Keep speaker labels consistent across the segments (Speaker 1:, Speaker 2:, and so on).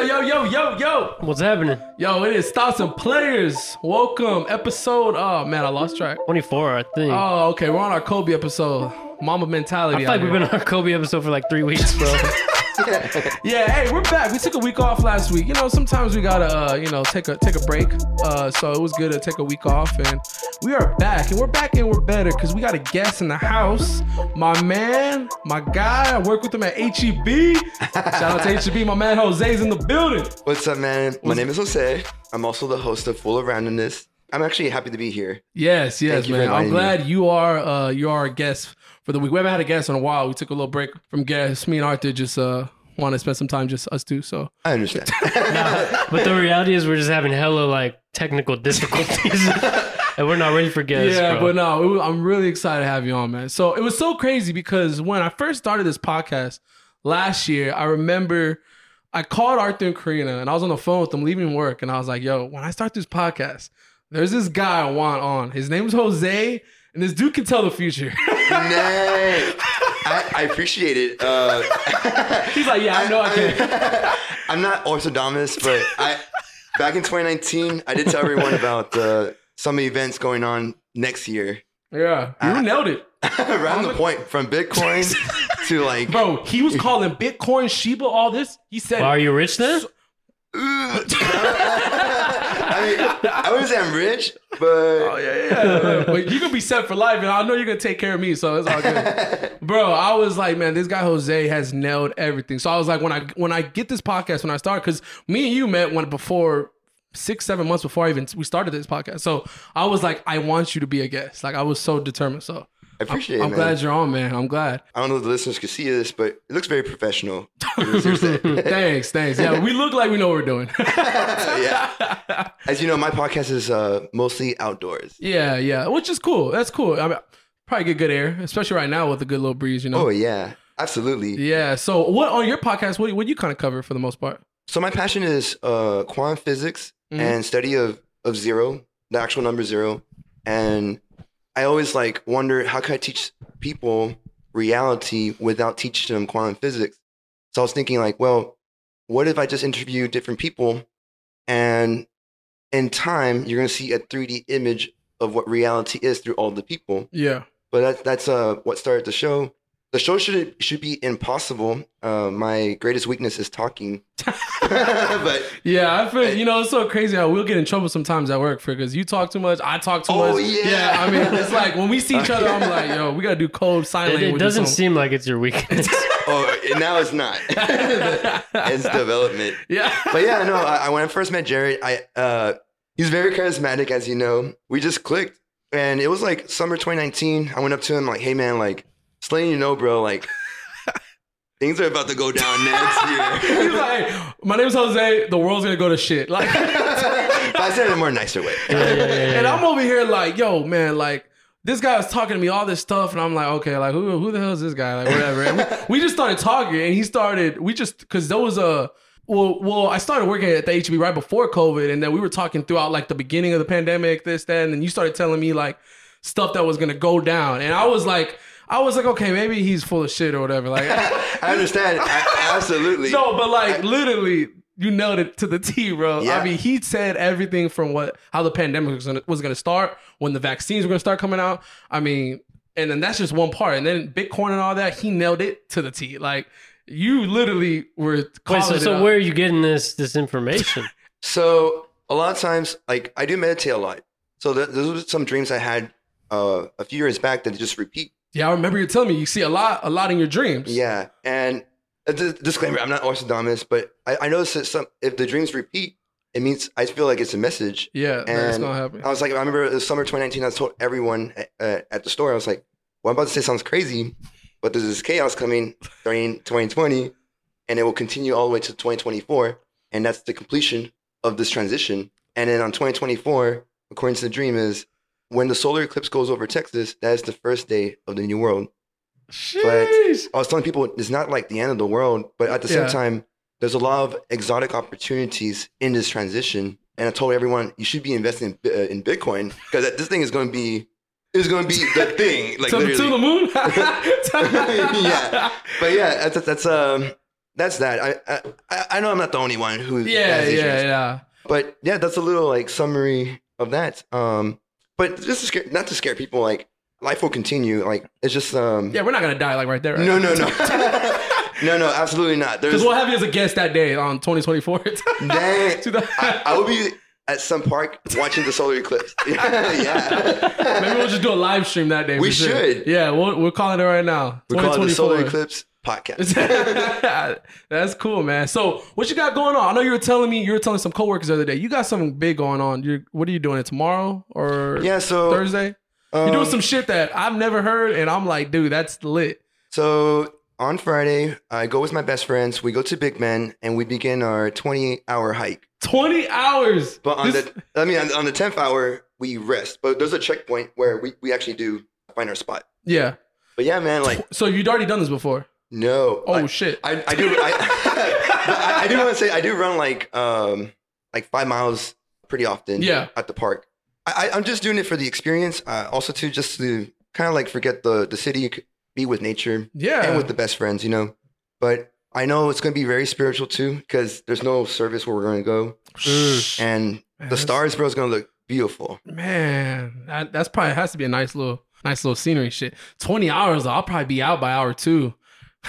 Speaker 1: yo, yo, yo.
Speaker 2: What's happening?
Speaker 1: Yo, it is Thoughts and Players. Welcome. Episode. Oh, man, I lost track.
Speaker 2: 24, I think.
Speaker 1: Oh, okay. We're on our Kobe episode. Mama
Speaker 2: I
Speaker 1: mentality.
Speaker 2: feel like
Speaker 1: out
Speaker 2: we've
Speaker 1: here.
Speaker 2: been on our Kobe episode for like three weeks, bro.
Speaker 1: Yeah, hey, we're back. We took a week off last week. You know, sometimes we gotta, uh, you know, take a take a break. Uh, so it was good to take a week off, and we are back, and we're back, and we're better because we got a guest in the house. My man, my guy. I work with him at HEB. Shout out to HEB. My man Jose's in the building.
Speaker 3: What's up, man? My name is Jose. I'm also the host of Full of Randomness. I'm actually happy to be here.
Speaker 1: Yes, yes,
Speaker 3: Thank you for
Speaker 1: man. I'm
Speaker 3: inviting me.
Speaker 1: glad you are uh, you are a guest for the week. We haven't had a guest in a while. We took a little break from guests. Me and Arthur just uh, want to spend some time just us two. So
Speaker 3: I understand.
Speaker 2: but the reality is, we're just having hella like technical difficulties, and we're not ready for guests.
Speaker 1: yeah,
Speaker 2: bro.
Speaker 1: but no, it was, I'm really excited to have you on, man. So it was so crazy because when I first started this podcast last year, I remember I called Arthur and Karina and I was on the phone with them leaving work. And I was like, yo, when I start this podcast, there's this guy I want on. His name's Jose, and this dude can tell the future.
Speaker 3: Nay. I, I appreciate it. Uh,
Speaker 1: He's like, yeah, I know I can.
Speaker 3: I'm not orthodontist, but I back in 2019, I did tell everyone about uh, some events going on next year.
Speaker 1: Yeah, you nailed it.
Speaker 3: Around the point from Bitcoin to like,
Speaker 1: Bro, he was calling Bitcoin, Sheba, all this. He said,
Speaker 2: Well, are you rich then?
Speaker 3: I mean, I wouldn't say I'm rich, but
Speaker 1: "Oh, yeah, but you gonna be set for life, and I know you're gonna take care of me, so it's all good, bro. I was like, man, this guy Jose has nailed everything. So I was like, when I when I get this podcast, when I start, because me and you met when before six seven months before I even we started this podcast. So I was like, I want you to be a guest. Like I was so determined. So
Speaker 3: I appreciate it.
Speaker 1: I'm
Speaker 3: man.
Speaker 1: glad you're on, man. I'm glad.
Speaker 3: I don't know if the listeners could see this, but it looks very professional. Seriously.
Speaker 1: thanks, thanks. Yeah, we look like we know what we're doing.
Speaker 3: yeah. As you know, my podcast is uh, mostly outdoors.
Speaker 1: Yeah, yeah, which is cool. That's cool. I mean, probably get good air, especially right now with a good little breeze, you know.
Speaker 3: Oh yeah, absolutely.
Speaker 1: Yeah. So, what on your podcast? What what you kind of cover for the most part?
Speaker 3: So my passion is uh, quantum physics
Speaker 1: Mhm.
Speaker 3: and study of of zero, the actual number zero, and I always like wonder how can I teach people reality without teaching them quantum physics. So I was thinking like, well, what if I just interview different people, and in time you're gonna see a 3D image of what reality is through all the people.
Speaker 1: Yeah.
Speaker 3: but that, that's uh, what started the show. The show should should be impossible. Uh, my greatest weakness is talking, but
Speaker 1: Yeah, I feel you know it's so crazy how we'll get in trouble sometimes at work for because you talk too much, I talk too
Speaker 3: Oh,
Speaker 1: much.
Speaker 3: yeah.
Speaker 1: I mean, it's like when we see each other, I'm like, yo, we gotta do code sign
Speaker 2: It,
Speaker 1: language.
Speaker 2: it
Speaker 1: or
Speaker 2: doesn't
Speaker 1: something.
Speaker 2: seem like it's your weakness.
Speaker 3: oh, and now it's not. it's development.
Speaker 1: yeah.
Speaker 3: But yeah, no. I, I- when I first met Jared, I uh, he's very charismatic, as you know. We just clicked, and it was like summer 2019. I went up to him like, "Hey, man, like, just letting you know, bro, like, things are about to go down next year."
Speaker 1: He's like, hey, my name's Jose. The world's gonna go to shit. Like,
Speaker 3: but I said it in a more nicer way.
Speaker 2: yeah, yeah, yeah,
Speaker 1: and
Speaker 2: yeah.
Speaker 1: I'm over here like, yo, man, like this guy was talking to me all this stuff, and I'm like, okay, like who who the hell is this guy? Like whatever. And we, we just started talking, and he started. We just because there was a. Well, well, I started working at the HB right before COVID, and then we were talking throughout like the beginning of the pandemic, this, that, and then you started telling me like stuff that was gonna go down, and I was like, I was like, okay, maybe he's full of shit or whatever. Like,
Speaker 3: I understand. I, absolutely.
Speaker 1: no, but like literally, you nailed it to the T, bro. I
Speaker 3: Yeah.
Speaker 1: mean, he said everything from what how the pandemic was gonna, was gonna start, when the vaccines were gonna start coming out. I mean, and then that's just one part. And then Bitcoin and all that, he nailed it to the T. Like you literally were.
Speaker 2: Wait,
Speaker 1: calling
Speaker 2: so,
Speaker 1: it
Speaker 2: so
Speaker 1: out.
Speaker 2: where are you getting this this information?
Speaker 3: So a lot of times, like I do meditate a lot. So th- those are some dreams I had uh, a few years back that just repeat.
Speaker 1: Yeah, I remember you telling me you see a lot, a lot in your dreams.
Speaker 3: Yeah, and a dis- disclaimer: I'm not orthodontist, but I, I noticed that some if the dreams repeat, it means I feel like it's a message.
Speaker 1: yeah, that's
Speaker 3: And oh,
Speaker 1: gonna happen.
Speaker 3: I was like, I remember it was summer 2019. I told everyone at, uh, at the store, I was like, "What I'm about to say sounds crazy, but there's this chaos coming during 2020, and it will continue all the way to 2024, and that's the completion of this transition. And then on 2024, according to the dream, is when the solar eclipse goes over Texas. That is the first day of the new world.
Speaker 1: Sheesh.
Speaker 3: I was telling people it's not like the end of the world, but at the same
Speaker 1: Yeah.
Speaker 3: time, there's a lot of exotic opportunities in this transition. And I told everyone you should be investing in, uh, in Bitcoin because this thing is going to be is going to be the thing. Like
Speaker 1: to, the- to
Speaker 3: literally.
Speaker 1: the moon.
Speaker 3: yeah, but yeah, that's that's um that's that. I, I- I I know I'm not the only one who
Speaker 1: Yeah,
Speaker 3: has
Speaker 1: yeah,
Speaker 3: issues.
Speaker 1: yeah.
Speaker 3: But yeah, that's a little like summary of that. Um, but just to scare, not to scare people. Like life will continue. Like it's just um.
Speaker 1: Yeah, we're not gonna die like right there. Right?
Speaker 3: No, no, no, no, no. Absolutely not.
Speaker 1: Because
Speaker 3: There's
Speaker 1: we'll have you as a guest that day on 2024.
Speaker 3: dang.
Speaker 1: To the-
Speaker 3: I, I will be at some park watching the solar eclipse. yeah.
Speaker 1: Maybe we'll just do a live stream that day.
Speaker 3: We
Speaker 1: for
Speaker 3: should.
Speaker 1: Yeah, we'll, we're calling it right now.
Speaker 3: we call it the solar
Speaker 1: 2024.
Speaker 3: eclipse podcast.
Speaker 1: That's cool, man. So, what you got going on? I know you were telling me you were telling some coworkers the other day. You got something big going on. You're, what are you doing? It tomorrow or
Speaker 3: Yeah. So
Speaker 1: Thursday?
Speaker 3: um,
Speaker 1: You're doing some shit that I've never heard, and I'm like, dude, that's lit.
Speaker 3: So on Friday, I go with my best friends. We go to Big Ben and we begin our 28 hour hike.
Speaker 1: 20 hours.
Speaker 3: But on
Speaker 1: This-
Speaker 3: the, I mean, on, on the 10th hour, we rest. But there's a checkpoint where we, we actually do find our spot.
Speaker 1: yeah.
Speaker 3: But yeah, man, like
Speaker 1: So you'd already done this before.
Speaker 3: no.
Speaker 1: Oh
Speaker 3: like,
Speaker 1: shit.
Speaker 3: I, I do. I, but I, I do want to say I do run like um like five miles pretty often.
Speaker 1: Yeah.
Speaker 3: At the park, I, I- I'm just doing it for the experience. Uh, also, too, just to kind of like forget the the city, be with nature,
Speaker 1: yeah.
Speaker 3: and with the best friends, you know. But I know it's going to be very spiritual too, because there's no service where we're going to go,
Speaker 1: Mm.
Speaker 3: and
Speaker 1: Man,
Speaker 3: the
Speaker 1: that's-
Speaker 3: stars, bro, is going to look beautiful.
Speaker 1: Man, that, that's probably has to be a nice little, nice little scenery shit. Twenty hours, though, I'll probably be out by hour two.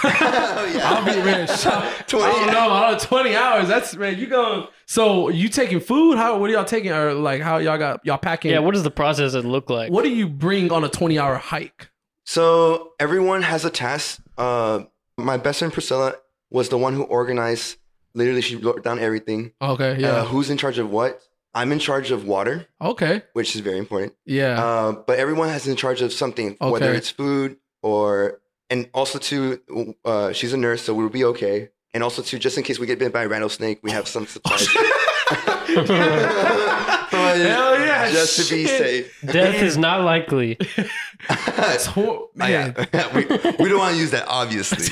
Speaker 3: Oh, yeah.
Speaker 1: I'll be ready. to shop. I
Speaker 3: 20
Speaker 1: don't know. I don't- Twenty hours. That's man. You going? So you taking food? How? What are y'all taking? Or like how y'all got y'all packing?
Speaker 2: Yeah, what does the process look like?
Speaker 1: What do you bring on a twenty-hour hike?
Speaker 3: So everyone has a task. Uh, my best friend Priscilla was the one who organized. Literally, she wrote down everything.
Speaker 1: Okay.
Speaker 3: Yeah. Uh,
Speaker 1: Yeah.
Speaker 3: who's in charge of what? I'm in charge of water,
Speaker 1: okay.
Speaker 3: which is very important.
Speaker 1: Yeah.
Speaker 3: Uh, but everyone has in charge of something, whether
Speaker 1: Okay.
Speaker 3: it's food or and also too. Uh, she's a nurse, so we'll be okay. And also too, just in case we get bit by a rattlesnake, we have some supplies. But
Speaker 1: Hell yeah,
Speaker 3: Just to be
Speaker 1: shit.
Speaker 3: safe.
Speaker 2: Death is not likely.
Speaker 1: Tw- man.
Speaker 3: I- I- Oh, we, we don't want to use that, obviously.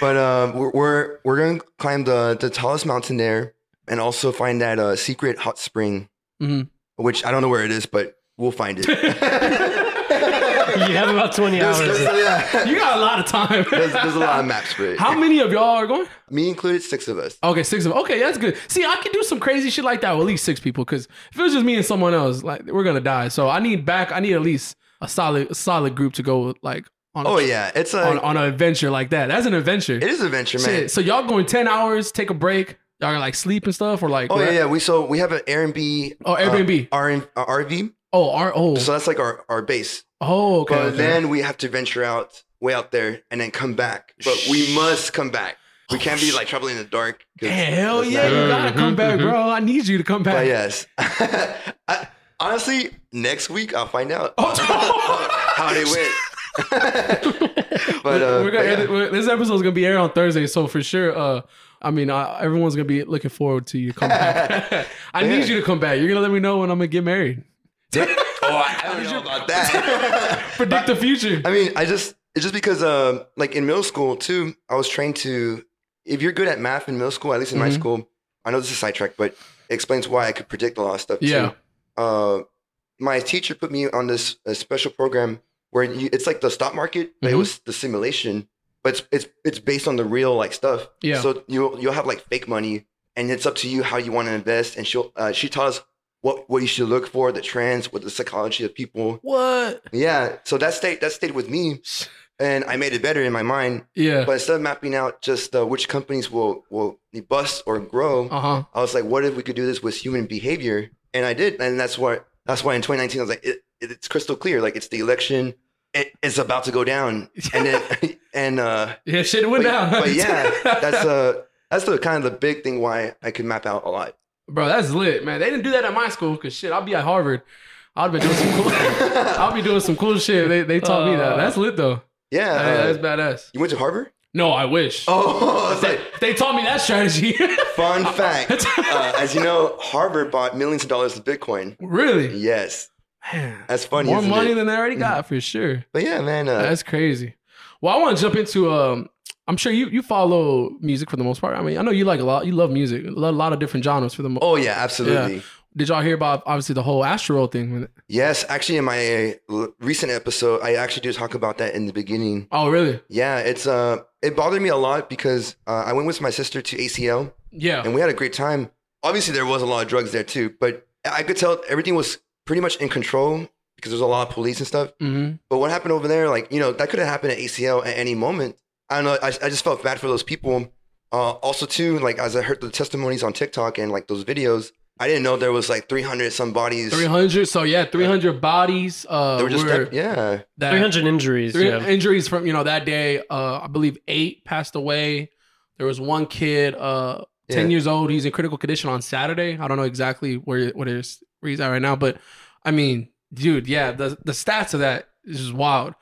Speaker 3: but um, we're, we're we're gonna climb the the tallest mountain there, and also find that uh, secret hot spring,
Speaker 1: Mhm.
Speaker 3: which I don't know where it is, but we'll find it.
Speaker 2: You have about 20
Speaker 3: there's,
Speaker 2: hours.
Speaker 3: there's- yeah.
Speaker 1: You got a lot of time.
Speaker 3: There's- there's a lot of maps for it.
Speaker 1: How many of y'all are going?
Speaker 3: Me included, six of us.
Speaker 1: Okay, six of Okay, that's good. See, I can do some crazy shit like that with at least six people. Because if it was just me and someone else, like we're gonna die. So I need back. I need at least a solid, a solid group to go with, like on.
Speaker 3: Oh yeah, it's a
Speaker 1: on, on an adventure like that. That's an adventure.
Speaker 3: it is an adventure, man.
Speaker 1: Shit. So y'all going ten hours? Take a break. Y'all gonna like sleep and stuff or like?
Speaker 3: Oh yeah, yeah. We so we have an Airbnb,
Speaker 1: Oh Airbnb.
Speaker 3: uh, RN uh, RV.
Speaker 1: oh, our, oh,
Speaker 3: So that's like our our base.
Speaker 1: oh. Okay.
Speaker 3: But
Speaker 1: okay.
Speaker 3: then we have to venture out way out there and then come back. But we must come back. We can't be like traveling in the dark. 'cause
Speaker 1: Damn, hell
Speaker 3: that's
Speaker 1: yeah,
Speaker 3: not-
Speaker 1: you gotta come
Speaker 2: Mhm,
Speaker 1: back,
Speaker 2: mhm.
Speaker 1: bro. I need you to come back.
Speaker 3: But yes. I, honestly, next week I'll find
Speaker 1: Oh,
Speaker 3: out how they went. but uh,
Speaker 1: we're
Speaker 3: but
Speaker 1: gonna,
Speaker 3: yeah.
Speaker 1: we're- this episode's gonna be aired on Thursday, so for sure. Uh, I mean, I, everyone's gonna be looking forward to you come back. I need
Speaker 3: Yeah.
Speaker 1: you to come back. You're gonna let me know when I'm gonna get married.
Speaker 3: oh, I I don't know about that.
Speaker 1: Predict the future.
Speaker 3: I mean, I just it's just because um like in middle school too, I was trained to if you're good at math in middle school, at least in my
Speaker 1: Mhm.
Speaker 3: school, I know this is sidetracked, but it explains why I could predict a lot of stuff
Speaker 1: Yeah.
Speaker 3: too. Uh my teacher put me on this uh special program where you, it's like the stock market, but it
Speaker 1: Mhm.
Speaker 3: was the simulation, but it's, it's it's based on the real like stuff.
Speaker 1: Yeah.
Speaker 3: So you'll you'll have like fake money, and it's up to you how you want to invest. And she'll uh, she taught us what what you should look for, the trends, what the psychology of people.
Speaker 1: what?
Speaker 3: Yeah. So that stayed that stayed with me, and I made it better in my mind.
Speaker 1: Yeah.
Speaker 3: But instead of mapping out just uh, which companies will will bust or grow,
Speaker 1: Uh huh.
Speaker 3: I was like, what if we could do this with human behavior? And I did, and that's why that's why in 2019 I was like, it, it- it's crystal clear. Like it's the election. It, it's about to go down, and then and uh,
Speaker 1: Yeah. Shit went
Speaker 3: but,
Speaker 1: down.
Speaker 3: but yeah, that's uh that's the kind of the big thing why I could map out a lot.
Speaker 1: bro, that's lit, man. They didn't do that at my school because shit, I'll be at Harvard. I'll be doing some cool. I'll be doing some cool shit. They they taught me that. That's lit though.
Speaker 3: Yeah,
Speaker 1: Hey,
Speaker 3: uh,
Speaker 1: that's bada's.
Speaker 3: you went to Harvard.
Speaker 1: No, I wish.
Speaker 3: Oh, it's like
Speaker 1: They taught me that strategy.
Speaker 3: fun fact. Uh, as you know, Harvard bought millions of dollars of Bitcoin.
Speaker 1: really?
Speaker 3: Yes,
Speaker 1: Man.
Speaker 3: that's funny.
Speaker 1: More
Speaker 3: isn't
Speaker 1: money
Speaker 3: it?
Speaker 1: than they already got for sure.
Speaker 3: But yeah, man. Uh,
Speaker 1: That's crazy. Well, I want to jump into. Um, I'm sure you you follow music for the most part. I mean, I know you like a lot. You love music, a lot, a lot of different genres for the. Mo-
Speaker 3: oh yeah, absolutely.
Speaker 1: Did y'all hear about obviously the whole Astro thing?
Speaker 3: Yes, actually, in my uh, l- recent episode, I actually did talk about that in the beginning.
Speaker 1: Oh, really?
Speaker 3: Yeah, it's uh, it bothered me a lot because uh, I went with my sister to ACL
Speaker 1: Yeah.
Speaker 3: and we had a great time. Obviously, there was a lot of drugs there too, but I could tell everything was pretty much in control because there was a lot of police and stuff.
Speaker 1: Mm-hmm.
Speaker 3: But what happened over there, like, you know, that could have happened at ACL at any moment. I don't know. I, I just felt bad for those people. Uh, also, too, like, as I heard the testimonies on TikTok and like those videos, I didn't know there was like 300 some bodies.
Speaker 1: 300. So yeah, 300 bodies. Uh,
Speaker 3: that
Speaker 1: were
Speaker 3: were just,
Speaker 1: that,
Speaker 3: yeah.
Speaker 2: 300 injuries.
Speaker 1: three
Speaker 2: yeah.
Speaker 1: injuries from you know that day. Uh, I believe eight passed away. There was one kid, uh, ten
Speaker 3: Yeah.
Speaker 1: years old. He's in critical condition on Saturday. I don't know exactly where what is where he's at right now, but I mean, dude, yeah, the the stats of that is just wild.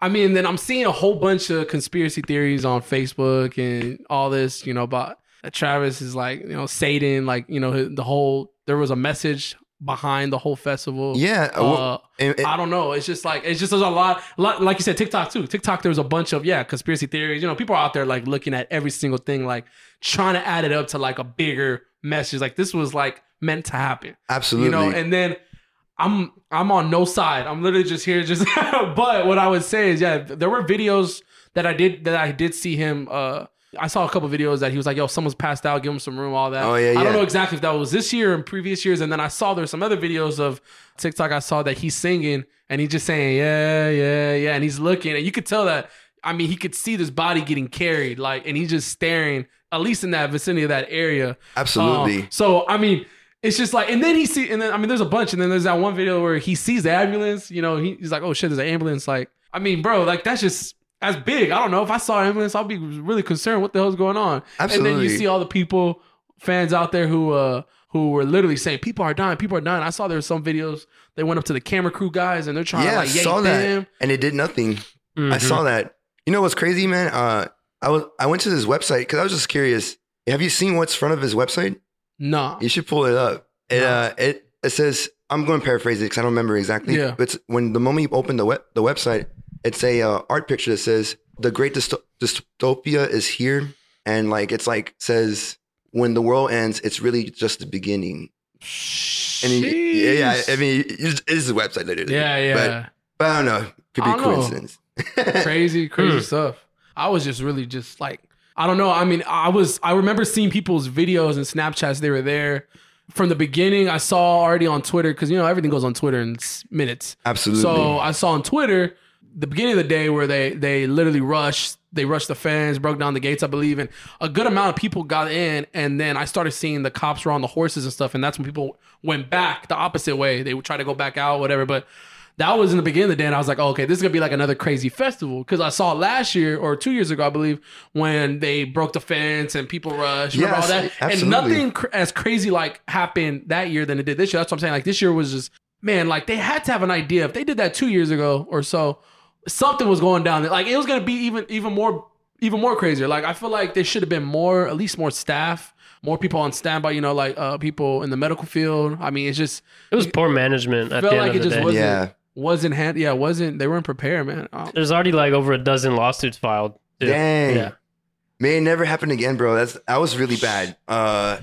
Speaker 1: I mean, then I'm seeing a whole bunch of conspiracy theories on Facebook and all this, you know, about that Travis is like, you know, Satan, like, you know, the whole there was a message behind the whole festival.
Speaker 3: Yeah. uh, well,
Speaker 1: Oh, Uh,
Speaker 3: and- and-
Speaker 1: I don't know. It's just like it's just there's a lot, lot like you said, TikTok too. TikTok, there's a bunch of yeah conspiracy theories. You know, people are out there like looking at every single thing, like trying to add it up to like a bigger message. Like this was like meant to happen,
Speaker 3: absolutely.
Speaker 1: you know. And then I'm I'm on no side. I'm literally just here, just. but what I would say is, yeah, there were videos that I did that I did see him. uh I saw a couple videos that he was like, "Yo, someone's passed out. Give him some room." All that.
Speaker 3: Oh, yeah,
Speaker 1: I
Speaker 3: yeah.
Speaker 1: don't know exactly if that was this year and previous years. And then I saw there's some other videos of TikTok. I saw that he's singing and he's just saying, "Yeah, yeah, yeah," and he's looking, and you could tell that. I mean, he could see this body getting carried, like, and he's just staring. At least in that vicinity of that area.
Speaker 3: absolutely.
Speaker 1: Um, so I mean, it's just like, and then he see, and then I mean, there's a bunch, and then there's that one video where he sees the ambulance. You know, he, he's like, "Oh shit, there's an ambulance!" Like, I mean, bro, like that's just that's big. I don't know if I saw an ambulance, I'll be really concerned. What the hell's going on? And then you
Speaker 3: Absolutely.
Speaker 1: see all the people, fans out there who uh who were literally saying, "People are dying, people are dying." I saw there were some videos. They went up to the camera crew guys and they're trying
Speaker 3: yeah,
Speaker 1: to
Speaker 3: I
Speaker 1: like yank
Speaker 3: saw that.
Speaker 1: them.
Speaker 3: And it did nothing. I
Speaker 2: Mhm.
Speaker 1: Mm-hmm.
Speaker 3: saw that. You know what's crazy, man? Uh, I, was, I went to this website because I was just curious. Have you seen what's front of his website?
Speaker 1: Nah.
Speaker 3: You should pull it up. It,
Speaker 1: No.
Speaker 3: uh, it it says I'm going to paraphrase it because I don't remember exactly.
Speaker 1: Yeah.
Speaker 3: But it's- when the moment you open the web, the website, it's a uh, art picture that says the great dysto- dystopia is here, and like it's like says when the world ends, it's really just the beginning. And you- yeah, yeah, I
Speaker 1: Sheesh.
Speaker 3: mean, it's, it's the website literally.
Speaker 1: yeah, yeah.
Speaker 3: But I don't know. Could be
Speaker 1: I don't know.
Speaker 3: coincidence.
Speaker 1: crazy, crazy
Speaker 2: Hmm.
Speaker 1: stuff. I was just really just like I don't know. I mean, I was I remember seeing people's videos and Snapchats. They were there from the beginning. I saw already on Twitter because you know everything goes on Twitter in s- minutes.
Speaker 3: Absolutely.
Speaker 1: So I saw on Twitter the beginning of the day where they they literally rushed. They rushed the fans, broke down the gates, I believe, and a good amount of people got in. And then I started seeing the cops were on the horses and stuff, and that's when people went back the opposite way. They would try to go back out, whatever. But that was in the beginning of the day, and I was like, oh, okay, this is gonna be like another crazy festival because I saw last year or two years ago, I believe, when they broke the fence and people rushed, remember
Speaker 3: Yes,
Speaker 1: all that, and
Speaker 3: absolutely.
Speaker 1: nothing cr- as crazy like happened that year than it did this year. That's what I'm saying. Like this year was just man, like they had to have an idea. If they did that two years ago or so, something was going down. Like it was gonna be even even more even more crazier. Like I feel like there should have been more, at least more staff, more people on standby. You know, like uh, people in the medical field. I mean, it's just
Speaker 2: It was poor management at
Speaker 1: Felt
Speaker 2: the end
Speaker 1: like
Speaker 2: of
Speaker 1: it
Speaker 2: the
Speaker 1: just
Speaker 2: day.
Speaker 1: was-
Speaker 3: yeah.
Speaker 1: wasn't hand. Yeah, wasn't they weren't prepared, man. Uh,
Speaker 2: There's already like over a dozen lawsuits filed. too.
Speaker 3: Dang.
Speaker 2: Yeah.
Speaker 3: May it never happen again, bro. That's that was really bad. Uh,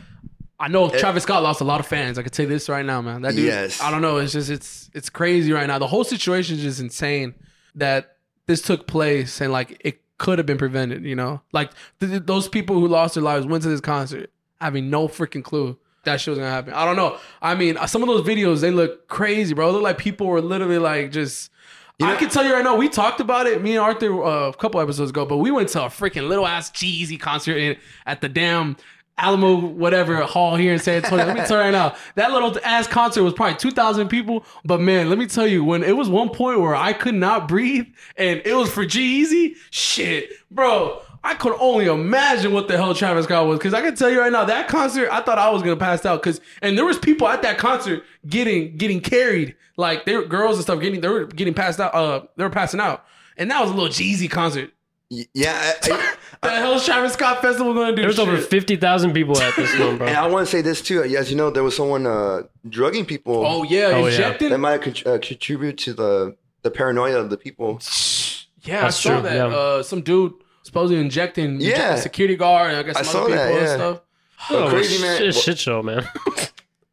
Speaker 1: I know Travis Scott lost a lot of fans. I can tell you this right now, man. That dude.
Speaker 3: Eh. Yes.
Speaker 1: I don't know. It's just it's it's crazy right now. The whole situation is just insane that this took place and like it could have been prevented. You know, like th- th- those people who lost their lives went to this concert having no freaking clue that shit was gonna happen. I don't know. I mean, uh, some of those videos they look crazy, bro. It looked like people were literally like just.
Speaker 3: You
Speaker 1: I
Speaker 3: know-
Speaker 1: can tell you right now, we talked about it, me and Arthur, uh, a couple episodes ago, but we went to a freaking little ass cheesy concert in, at the damn Alamo whatever hall here in San Antonio. let me tell you right now, that little ass concert was probably 2,000 people, but man, let me tell you, when it was one point where I could not breathe and it was for G-Eazy, shit, bro. I could only imagine what the hell Travis Scott was because I can tell you right now that concert I thought I was gonna pass out because and there was people at that concert getting getting carried like they were girls and stuff getting they were getting passed out uh they were passing out and that was a little Jeezy concert.
Speaker 3: y- yeah. I- I-
Speaker 1: The hell's Travis Scott festival gonna do?
Speaker 2: There's over
Speaker 1: Shit.
Speaker 2: 50,000 people at this one,
Speaker 3: And
Speaker 2: bro.
Speaker 3: I want to say this too. As you know, there was someone uh, drugging people
Speaker 1: Oh yeah,
Speaker 2: Oh, yeah.
Speaker 1: injecting.
Speaker 3: that
Speaker 1: Yeah,
Speaker 3: might con- uh, contribute to the, the paranoia of the people.
Speaker 1: I
Speaker 2: That's
Speaker 1: saw
Speaker 2: true,
Speaker 1: that.
Speaker 2: yeah.
Speaker 1: Uh, some dude supposedly injecting,
Speaker 3: Yeah.
Speaker 1: injecting security guard and I guess
Speaker 3: I
Speaker 1: some other
Speaker 3: saw
Speaker 1: people
Speaker 3: that,
Speaker 1: and
Speaker 3: yeah.
Speaker 1: stuff.
Speaker 2: Oh,
Speaker 3: crazy,
Speaker 2: shit,
Speaker 3: man.
Speaker 2: shit show, man.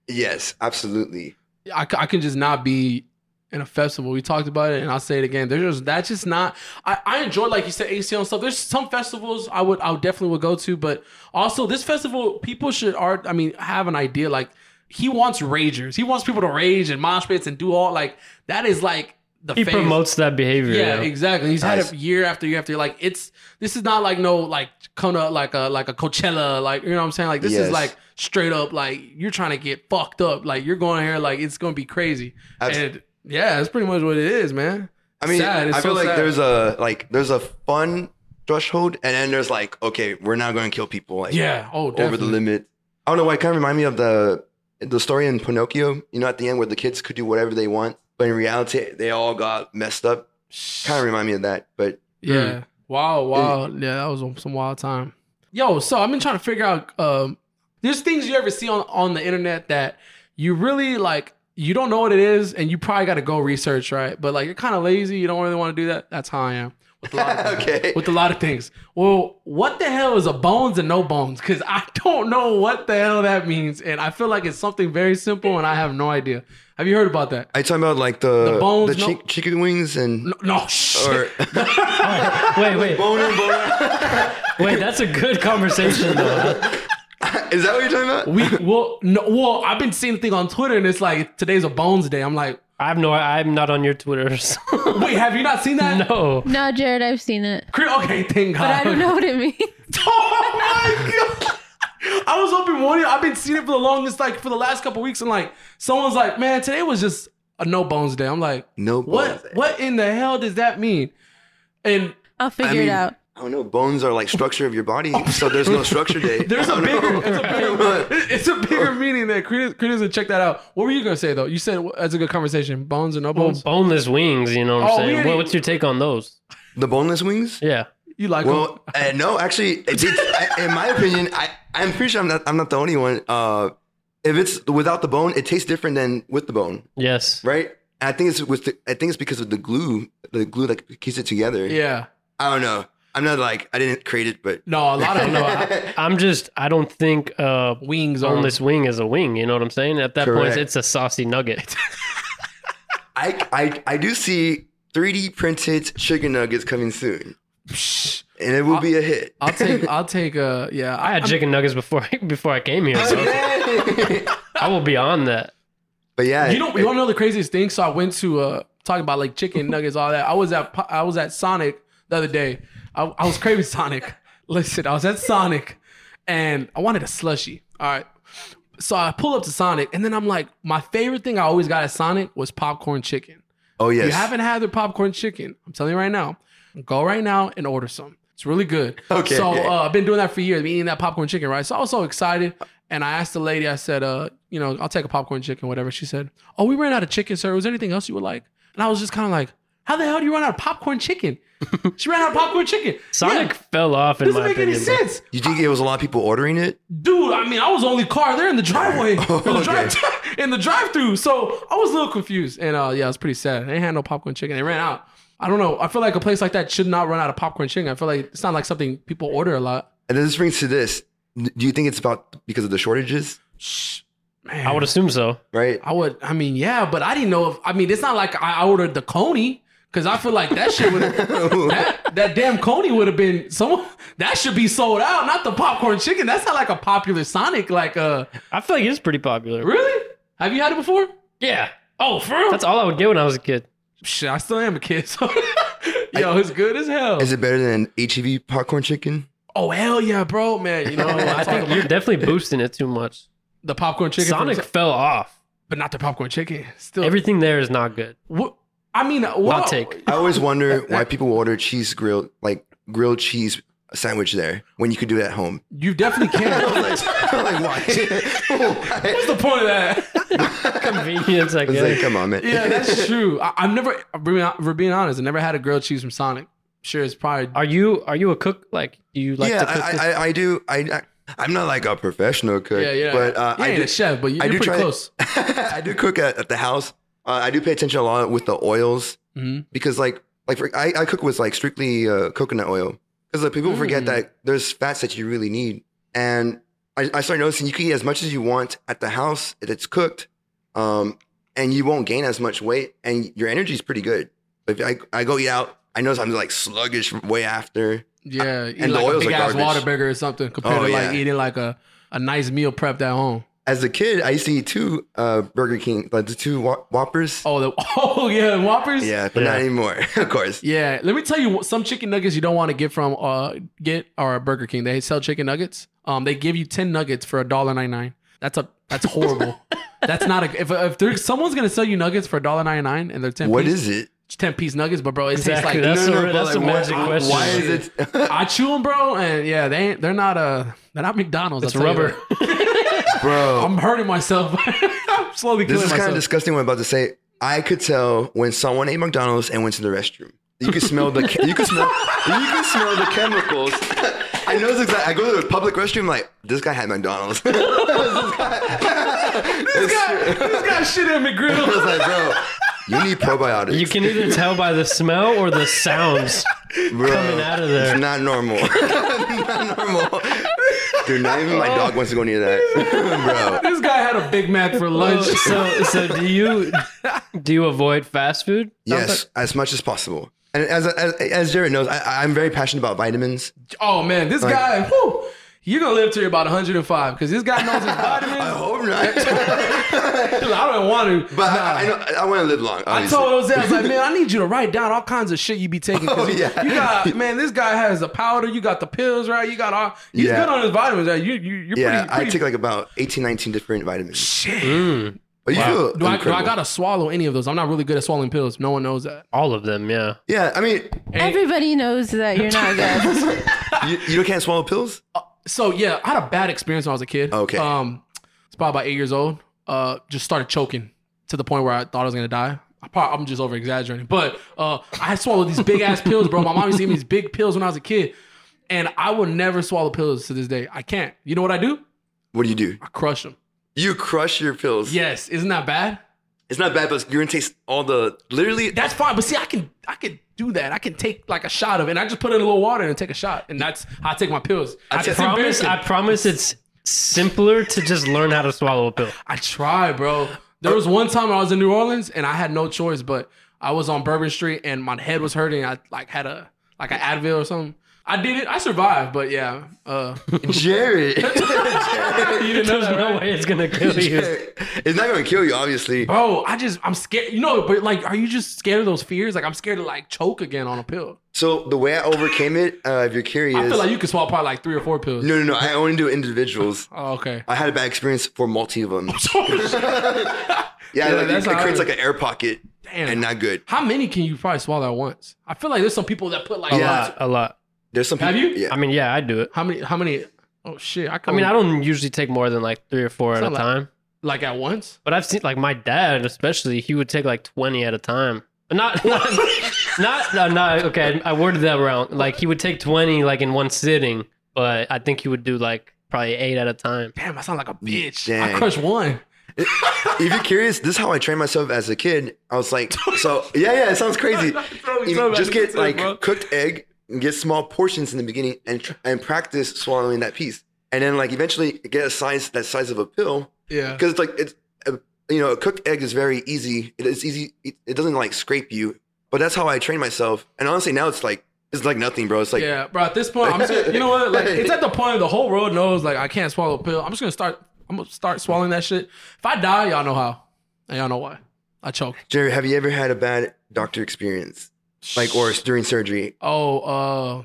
Speaker 3: Yes, absolutely.
Speaker 1: I, c- I can just not be in a festival. We talked about it, and I'll say it again. There's just that's just not. I, I enjoy like you said ACL and stuff. There's some festivals I would I would definitely would go to, but also this festival people should are I mean have an idea like he wants ragers. He wants people to rage and mosh pits and do all like that is like the
Speaker 2: He
Speaker 1: phase.
Speaker 2: promotes that behavior.
Speaker 1: Yeah,
Speaker 2: yo.
Speaker 1: exactly. He's
Speaker 3: Nice.
Speaker 1: had it year after year after year. Like it's this is not like no like come to like a like a Coachella like you know what I'm saying. Like this
Speaker 3: Yes.
Speaker 1: is like straight up like you're trying to get fucked up. Like you're going here like it's gonna be crazy.
Speaker 3: Abs-
Speaker 1: and yeah, that's pretty much what it is, man.
Speaker 3: I mean,
Speaker 1: Sad. It's
Speaker 3: I feel
Speaker 1: so
Speaker 3: like
Speaker 1: sad.
Speaker 3: there's a like there's a fun threshold, and then there's like okay, we're not going to kill people like
Speaker 1: Yeah. Oh,
Speaker 3: over
Speaker 1: definitely.
Speaker 3: the limit. I don't know why it kind of remind me of the the story in Pinocchio. You know, at the end where the kids could do whatever they want, but in reality they all got messed up. Kind of remind me of that, but
Speaker 1: Yeah. Wow. Wow. Yeah, that was some wild time. Yo, so I've been trying to figure out. Um, there's things you ever see on on the internet that you really like. You don't know what it is, and you probably got to go research, right? But like, you're kind of lazy. You don't really want to do that. That's how I am. With a lot of
Speaker 3: okay.
Speaker 1: with a lot of things. Well, what the hell is a bones and no bones? Because I don't know what the hell that means, and I feel like it's something very simple, and I have no idea. Have you heard about that?
Speaker 3: Are you talking about like the
Speaker 1: The bones,
Speaker 3: the chi-
Speaker 1: no-
Speaker 3: chicken wings and
Speaker 1: No, no shit.
Speaker 3: or
Speaker 2: Wait, wait,
Speaker 3: bone and bone?
Speaker 2: wait. That's a good conversation though.
Speaker 3: Is that what you're talking about?
Speaker 1: We well, no, well, I've been seeing the thing on Twitter, and it's like today's a Bones Day. I'm like,
Speaker 2: I'm no. I'm not on your Twitter. So.
Speaker 1: wait, have you not seen that?
Speaker 2: No.
Speaker 4: No, Jared, I've seen it,
Speaker 1: Cre- Okay, thank God.
Speaker 4: but I don't know what it means.
Speaker 1: Oh my god! I was hoping one. I've been seeing it for the longest, like for the last couple weeks, and like someone's like, man, today was just a no Bones Day. I'm like,
Speaker 3: No
Speaker 1: what?
Speaker 3: bones.
Speaker 1: What in the hell does that mean? And
Speaker 4: I'll figure
Speaker 3: mean-
Speaker 4: it out.
Speaker 3: I don't know. Bones are like structure of your body, so there's no structure day.
Speaker 1: there's
Speaker 3: I
Speaker 1: a
Speaker 3: don't
Speaker 1: bigger,
Speaker 3: know.
Speaker 1: it's a bigger, it's a bigger meaning there. Critics, critics, check that out. What were you gonna say though? You said that's a good conversation. Bones or no
Speaker 2: Well,
Speaker 1: bones?
Speaker 2: boneless wings. You know what I'm
Speaker 1: Oh, we
Speaker 2: saying.
Speaker 1: already-
Speaker 2: What, what's your take on those?
Speaker 3: the boneless wings.
Speaker 2: Yeah.
Speaker 1: You like 'em.
Speaker 3: Well, uh, no, actually, it's, it's, I, in my opinion, I, I'm pretty sure I'm not, I'm not the only one. Uh, if it's without the bone, it tastes different than with the bone,
Speaker 2: Yes.
Speaker 3: right? And I think it's with the, I think it's because of the glue, the glue that keeps it together.
Speaker 1: Yeah.
Speaker 3: I don't know. I'm not like I didn't create it, but
Speaker 1: No, a lot of no I-
Speaker 2: I'm just. I don't think uh,
Speaker 1: wings on
Speaker 2: boneless wing is a wing. You know what I'm saying? At that
Speaker 3: Correct.
Speaker 2: point, it's a saucy nugget.
Speaker 3: I, I I do see 3D printed chicken nuggets coming soon, and it will be a hit.
Speaker 1: I'll take. I'll take. Uh, yeah.
Speaker 2: I had chicken nuggets before before I came here. So I will be on that.
Speaker 3: but yeah,
Speaker 1: you know. You want to know the craziest thing? So I went to uh, talk about like chicken nuggets, all that. I was at. I was at Sonic the other day. I, I was craving Sonic. Listen, I was at Sonic, and I wanted a slushy. All right. So I pull up to Sonic, and then I'm like, my favorite thing I always got at Sonic was popcorn chicken.
Speaker 3: oh yes,
Speaker 1: You haven't had their popcorn chicken. I'm telling you right now. Go right now and order some. It's really good.
Speaker 3: Okay.
Speaker 1: So uh, I've been doing that for years. I've been eating that popcorn chicken, right? So I was so excited, and I asked the lady. I said, uh, you know, I'll take a popcorn chicken, whatever. She said, oh, we ran out of chicken, sir. Was there anything else you would like? And I was just kind of like, how the hell do you run out of popcorn chicken? she ran out of popcorn chicken.
Speaker 2: Sonic
Speaker 1: Yeah,
Speaker 2: fell off in
Speaker 1: doesn't
Speaker 2: my
Speaker 1: make
Speaker 2: opinion.
Speaker 1: any
Speaker 2: bro.
Speaker 1: sense,
Speaker 3: you think it was a lot of people ordering it?
Speaker 1: dude. I mean, I was the only car there in the driveway, in the
Speaker 3: Okay.
Speaker 1: drive, in the drive-through. So I was a little confused, and uh, yeah, it was pretty sad. They had no popcorn chicken. They ran out. I don't know. I feel like a place like that should not run out of popcorn chicken. I feel like it's not like something people order a lot.
Speaker 3: And then this brings to this: Do you think it's about because of the shortages,
Speaker 1: Shh, man.
Speaker 2: I would assume so.
Speaker 3: right?
Speaker 1: I would. I mean, yeah, but I didn't know if. I mean, it's not like I I ordered the coney because I feel like that shit would. that, that damn coney would have been someone that should be sold out, not the popcorn chicken. That's not like a popular Sonic. Like, uh,
Speaker 2: I feel like it's pretty popular.
Speaker 1: really? Have you had it before?
Speaker 2: Yeah.
Speaker 1: Oh, for real?
Speaker 2: That's all I would get when I was a kid.
Speaker 1: Shit, I still am a kid. So, yo, it's good as hell.
Speaker 3: Is it better than HEV popcorn chicken?
Speaker 1: oh hell yeah, bro, man. You know, I
Speaker 2: Oh, I
Speaker 1: talk
Speaker 2: think you're
Speaker 1: about
Speaker 2: definitely boosting it too much.
Speaker 1: the popcorn chicken, from-
Speaker 2: Sonic fell off.
Speaker 1: but not the popcorn chicken. Still,
Speaker 2: Everything there is not good.
Speaker 1: what, I mean, what,
Speaker 2: take.
Speaker 3: I always wonder why people will order cheese grilled, like grilled cheese sandwich there when you could do it at home.
Speaker 1: You definitely can.
Speaker 3: like, why?
Speaker 1: What's the point of that?
Speaker 2: Convenience, I
Speaker 3: I was
Speaker 2: guess.
Speaker 3: like, come on, man.
Speaker 1: Yeah, that's true. I, I've never, for being honest, I never had a grilled cheese from Sonic. Sure, it's probably.
Speaker 2: are you are you a cook? Like, do you like
Speaker 3: yeah,
Speaker 2: to cook?
Speaker 3: I,
Speaker 2: this?
Speaker 3: I, I, I do. I, I, I'm not like a professional cook,
Speaker 1: Yeah, yeah.
Speaker 3: but uh,
Speaker 1: you
Speaker 3: I
Speaker 1: ain't
Speaker 3: do.
Speaker 1: a chef, but you- you're
Speaker 3: I do
Speaker 1: pretty
Speaker 3: try.
Speaker 1: close.
Speaker 3: I do cook at, at the house. Uh, I do pay attention a lot with the oils
Speaker 1: Mhm.
Speaker 3: because, like, like for, I, I cook with like strictly uh, coconut oil because like people forget
Speaker 1: Mm.
Speaker 3: that there's fats that you really need. And I, I started noticing you can eat as much as you want at the house if it's cooked. Um, and you won't gain as much weight, and your energy's pretty good. But if I, I go eat out, I know I'm like sluggish way after.
Speaker 1: Yeah, eat
Speaker 3: And the
Speaker 1: like
Speaker 3: oils
Speaker 1: a
Speaker 3: are
Speaker 1: big ass
Speaker 3: garbage.
Speaker 1: Whataburger or something compared
Speaker 3: Oh,
Speaker 1: to like
Speaker 3: yeah.
Speaker 1: eating like a, a nice meal prepped at home.
Speaker 3: As a kid, I used to eat two uh, Burger King, like the two Whop- Whoppers.
Speaker 1: Oh, the oh yeah, Whoppers.
Speaker 3: Yeah, but not
Speaker 2: Yeah.
Speaker 3: anymore, of course.
Speaker 1: Yeah, let me tell you what- some chicken nuggets you don't want to get from uh get or Burger King. They sell chicken nuggets. Um, they give you ten nuggets for a dollar ninety nine. That's a that's horrible. that's not a if if there's someone's gonna sell you nuggets for a dollar ninety nine and they're ten.
Speaker 3: What
Speaker 1: piece,
Speaker 3: is it?
Speaker 1: ten piece nuggets? But bro, it tastes like
Speaker 2: Exactly. That's
Speaker 3: No, no,
Speaker 2: the
Speaker 3: but,
Speaker 2: that's the
Speaker 3: like, why-
Speaker 2: magic question.
Speaker 3: Why is it?
Speaker 1: I chew them, bro, and yeah, they ain't, they're not uh they're not McDonald's.
Speaker 2: It's
Speaker 1: I'll tell you
Speaker 2: rubber.
Speaker 1: that.
Speaker 3: Bro,
Speaker 1: I'm hurting myself. I'm slowly killing
Speaker 3: this is
Speaker 1: myself.
Speaker 3: kind of disgusting what I'm about to say. I could tell when someone ate McDonald's and went to the restroom. You could smell the che- you could smell you could smell the chemicals. I know this exact. I go to the public restroom like this guy had McDonald's. this guy.
Speaker 1: this guy, this guy shit at
Speaker 3: I was
Speaker 1: McGriddle.
Speaker 3: like, bro, you need probiotics.
Speaker 2: You can either tell by the smell or the sounds.
Speaker 3: bro,
Speaker 2: coming out of there.
Speaker 3: It's not normal. not normal. Dude, not even my dog wants to go near that, bro.
Speaker 1: This guy had a Big Mac for lunch.
Speaker 2: so so do you do you avoid fast food?
Speaker 3: Yes, as much as possible. And as as, as Jared knows, I, I'm very passionate about vitamins.
Speaker 1: Oh man, this guy, whew, you're gonna live till you're about 105 because this guy knows his vitamins.
Speaker 3: I
Speaker 1: I,
Speaker 3: hope not.
Speaker 1: don't want to.
Speaker 3: But I, I, know, I want to live long.
Speaker 1: I
Speaker 3: Obviously.
Speaker 1: told Jose, I was like, man, I need you to write down all kinds of shit you be taking. 'cause
Speaker 3: Oh,
Speaker 1: you-
Speaker 3: yeah.
Speaker 1: You got, man, this guy has the powder. You got the pills, right? You got all. He's
Speaker 3: Yeah.
Speaker 1: good on his vitamins. Right? You, you, you're
Speaker 3: yeah,
Speaker 1: pretty. pretty
Speaker 3: I take like about 18, 19 different vitamins.
Speaker 1: shit.
Speaker 2: Mm,
Speaker 3: But you
Speaker 1: Do I,
Speaker 3: feel
Speaker 1: do I
Speaker 3: incredible.
Speaker 1: gotta swallow any of those? I'm not really good at swallowing pills. No one knows that.
Speaker 2: all of them, yeah.
Speaker 3: Yeah, I mean,
Speaker 4: Everybody knows that you're not good.
Speaker 3: you, you can't swallow pills?
Speaker 1: So yeah, I had a bad experience when I was a kid.
Speaker 3: Okay.
Speaker 1: Um, it's probably about eight years old. Uh, just started choking to the point where I thought I was gonna die. I probably, I'm just over exaggerating, but uh, I had swallowed these big ass pills, bro. My mom used to give me these big pills when I was a kid, and I will never swallow pills to this day. I can't. You know what I do?
Speaker 3: What do you do?
Speaker 1: I crush them.
Speaker 3: You crush your pills.
Speaker 1: Yes, isn't that bad?
Speaker 3: It's not bad, but you're going to taste all the, literally,
Speaker 1: That's fine, but see, I can I can do that. I can take like a shot of it. And I just put in a little water and take a shot, and that's how I take my pills. I,
Speaker 3: tell-
Speaker 1: it's
Speaker 2: Promise,
Speaker 1: embarrassing.
Speaker 2: I promise it's simpler to just learn how to swallow a pill.
Speaker 1: I tried, bro. There was one time I was in New Orleans and I had no choice, but I was on Bourbon Street and my head was hurting. I like had a like an Advil or something. I did it. I survived, but yeah. Uh, you
Speaker 3: Jared.
Speaker 1: didn't know
Speaker 2: There's
Speaker 1: that,
Speaker 2: no
Speaker 1: right?
Speaker 2: way it's gonna kill you.
Speaker 3: it's not going to kill you, obviously.
Speaker 1: Bro, I just I'm scared. You know, but like, are you just scared of those fears? Like, I'm scared to like choke again on a pill.
Speaker 3: So the way I overcame it, uh, if you're curious,
Speaker 1: I feel like you could swallow probably like three or four pills.
Speaker 3: no, no, no, I only do individuals.
Speaker 1: Oh, okay.
Speaker 3: I had a bad experience for multi of them. Yeah,
Speaker 1: Yeah,
Speaker 3: like,
Speaker 1: that's
Speaker 3: it, it
Speaker 1: how I
Speaker 3: creates
Speaker 1: would-
Speaker 3: like an air pocket and
Speaker 1: Damn.
Speaker 3: not good.
Speaker 1: How many can you probably swallow at once? I feel like there's some people that put like
Speaker 2: A
Speaker 3: Yeah.
Speaker 2: lot, a lot.
Speaker 3: There's some people.
Speaker 1: Have you?
Speaker 3: Yeah.
Speaker 2: I mean, yeah, I do it.
Speaker 1: how many? How many? Oh shit! I,
Speaker 2: I mean, I don't usually take more than like three or four at
Speaker 1: not
Speaker 2: a
Speaker 1: like-
Speaker 2: time.
Speaker 1: like at once.
Speaker 2: But I've seen like my dad, especially, he would take like twenty at a time. Not, not, not, no, not. Okay, I worded that wrong. Like he would take twenty like in one sitting, but I think he would do like probably eight at a time.
Speaker 1: Damn, I sound like a bitch. I
Speaker 3: Dang.
Speaker 1: crushed one.
Speaker 3: if you're curious, this is how I trained myself as a kid. I was like, so yeah, yeah, it sounds crazy. You just get like cooked egg, and get small portions in the beginning, and tr- and practice swallowing that piece, and then like eventually get a size that size of a pill
Speaker 1: yeah.
Speaker 3: because it's like it's uh, you know a cooked egg is very easy. It is easy. It, it doesn't like scrape you, but that's how I trained myself. And honestly, now it's like it's like nothing, bro. It's like
Speaker 1: yeah, bro. At this point, I'm just, you know what? Like, it's at the point the whole world knows. Like, I can't swallow a pill. I'm just gonna start. I'm gonna start swallowing that shit. If I die, y'all know how, and y'all know why. I choke.
Speaker 3: Jerry, have you ever had a bad doctor experience? Like, or during surgery?
Speaker 1: Oh, uh,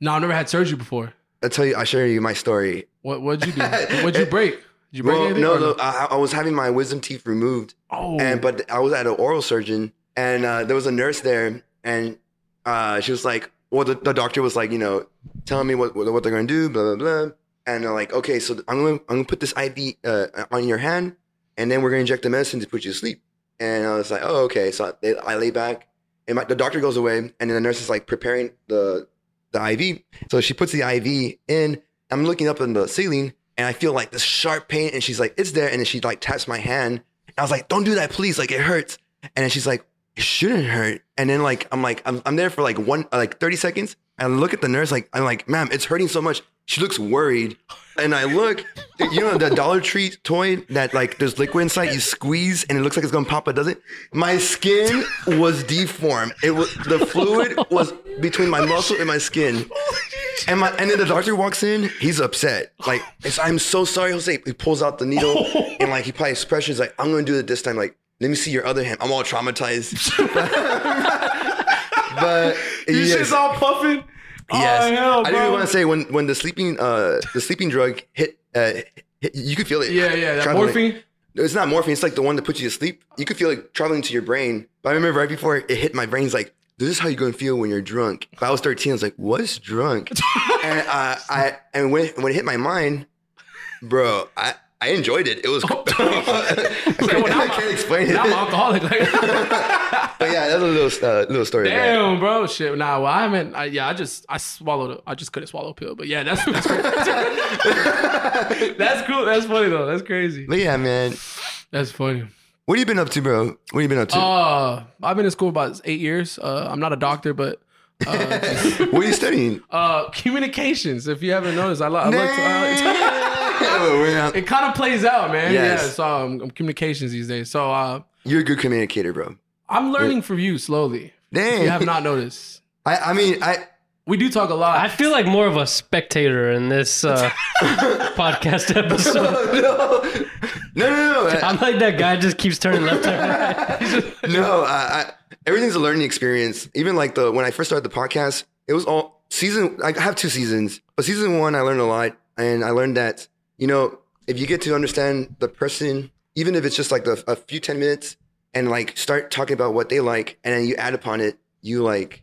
Speaker 1: no, I've never had surgery before.
Speaker 3: I'll tell you, I'll share you my story.
Speaker 1: What? What'd you do? What'd you break? Did you break
Speaker 3: Well,
Speaker 1: anything?
Speaker 3: no,
Speaker 1: or
Speaker 3: no, I, I was having my wisdom teeth removed,
Speaker 1: Oh,
Speaker 3: and but I was at an oral surgeon, and uh, there was a nurse there, and uh, she was like, well, the, the doctor was like, you know, telling me what what they're gonna do, blah blah blah, and they're like, okay, so I'm gonna I'm gonna put this IV uh, on your hand, and then we're gonna inject the medicine to put you to sleep, and I was like, oh, okay, so I, they, I lay back, and my, the doctor goes away, and then the nurse is like preparing the the IV. So she puts the IV in. I'm looking up in the ceiling and I feel like this sharp pain. And she's like, it's there. And then she like taps my hand. And I was like, don't do that, please. Like it hurts. And then she's like, it shouldn't hurt. And then like, I'm like, I'm, I'm there for like one, like 30 seconds. And I look at the nurse, like, I'm like, ma'am, it's hurting so much. She looks worried, and I look. You know the Dollar Tree toy that like there's liquid inside. You squeeze, and it looks like it's gonna pop, but it doesn't. My skin was deformed. It was the fluid was between my muscle and my skin. And my and then the doctor walks in. He's upset. Like it's, I'm so sorry, Jose. He pulls out the needle and like he probably pressure. He's like, I'm gonna do it this time. Like let me see your other hand. I'm all traumatized. but
Speaker 1: You
Speaker 3: yes.
Speaker 1: shit's all puffing.
Speaker 3: Yes.
Speaker 1: Oh, hell,
Speaker 3: I didn't
Speaker 1: bro.
Speaker 3: even want to say when when the sleeping uh the sleeping drug hit uh hit, you could feel it.
Speaker 1: Yeah, yeah, that
Speaker 3: traveling-
Speaker 1: morphine.
Speaker 3: No, it's not morphine. It's like the one that puts you to sleep. You could feel it traveling to your brain. But I remember right before it hit my brain, it's like this is how you're gonna feel when you're drunk. But I was 13. I was like, what's drunk? and uh, I and when when it hit my mind, bro, I. I enjoyed it. It was. I, can't, I can't explain it.
Speaker 1: Now I'm alcoholic. Like,
Speaker 3: But yeah, that's a little uh, little story. man.
Speaker 1: damn, bro, shit. Nah, well, I haven't. I, yeah, I just I swallowed. it. I just couldn't swallow a pill. But yeah, that's that's cool. that's cool. That's funny though. That's crazy.
Speaker 3: But yeah, man,
Speaker 1: That's funny.
Speaker 3: what have you been up to, bro? What have you been up to?
Speaker 1: Uh, I've been in school about eight years. Uh, I'm not a doctor, but
Speaker 3: what are you studying?
Speaker 1: uh, communications. If you haven't noticed, I, lo- I looked. Uh,
Speaker 3: Oh, man.
Speaker 1: it kind of plays out, man.
Speaker 3: Yes.
Speaker 1: Yeah. So um, I'm communications these days. So uh,
Speaker 3: You're a good communicator, bro.
Speaker 1: I'm learning from you slowly.
Speaker 3: Dang.
Speaker 1: You have not noticed.
Speaker 3: I, I mean, I
Speaker 1: We do talk a lot.
Speaker 2: I feel like more of a spectator in this uh, podcast episode.
Speaker 3: no, no, no, no. I-
Speaker 2: I'm like that guy just keeps turning left and right.
Speaker 3: no, I, I, everything's a learning experience. Even like the when I first started the podcast, it was all season. I have two seasons, but season one, I learned a lot, and I learned that you know if you get to understand the person, even if it's just like the, a few ten minutes, and like start talking about what they like, and then you add upon it, you like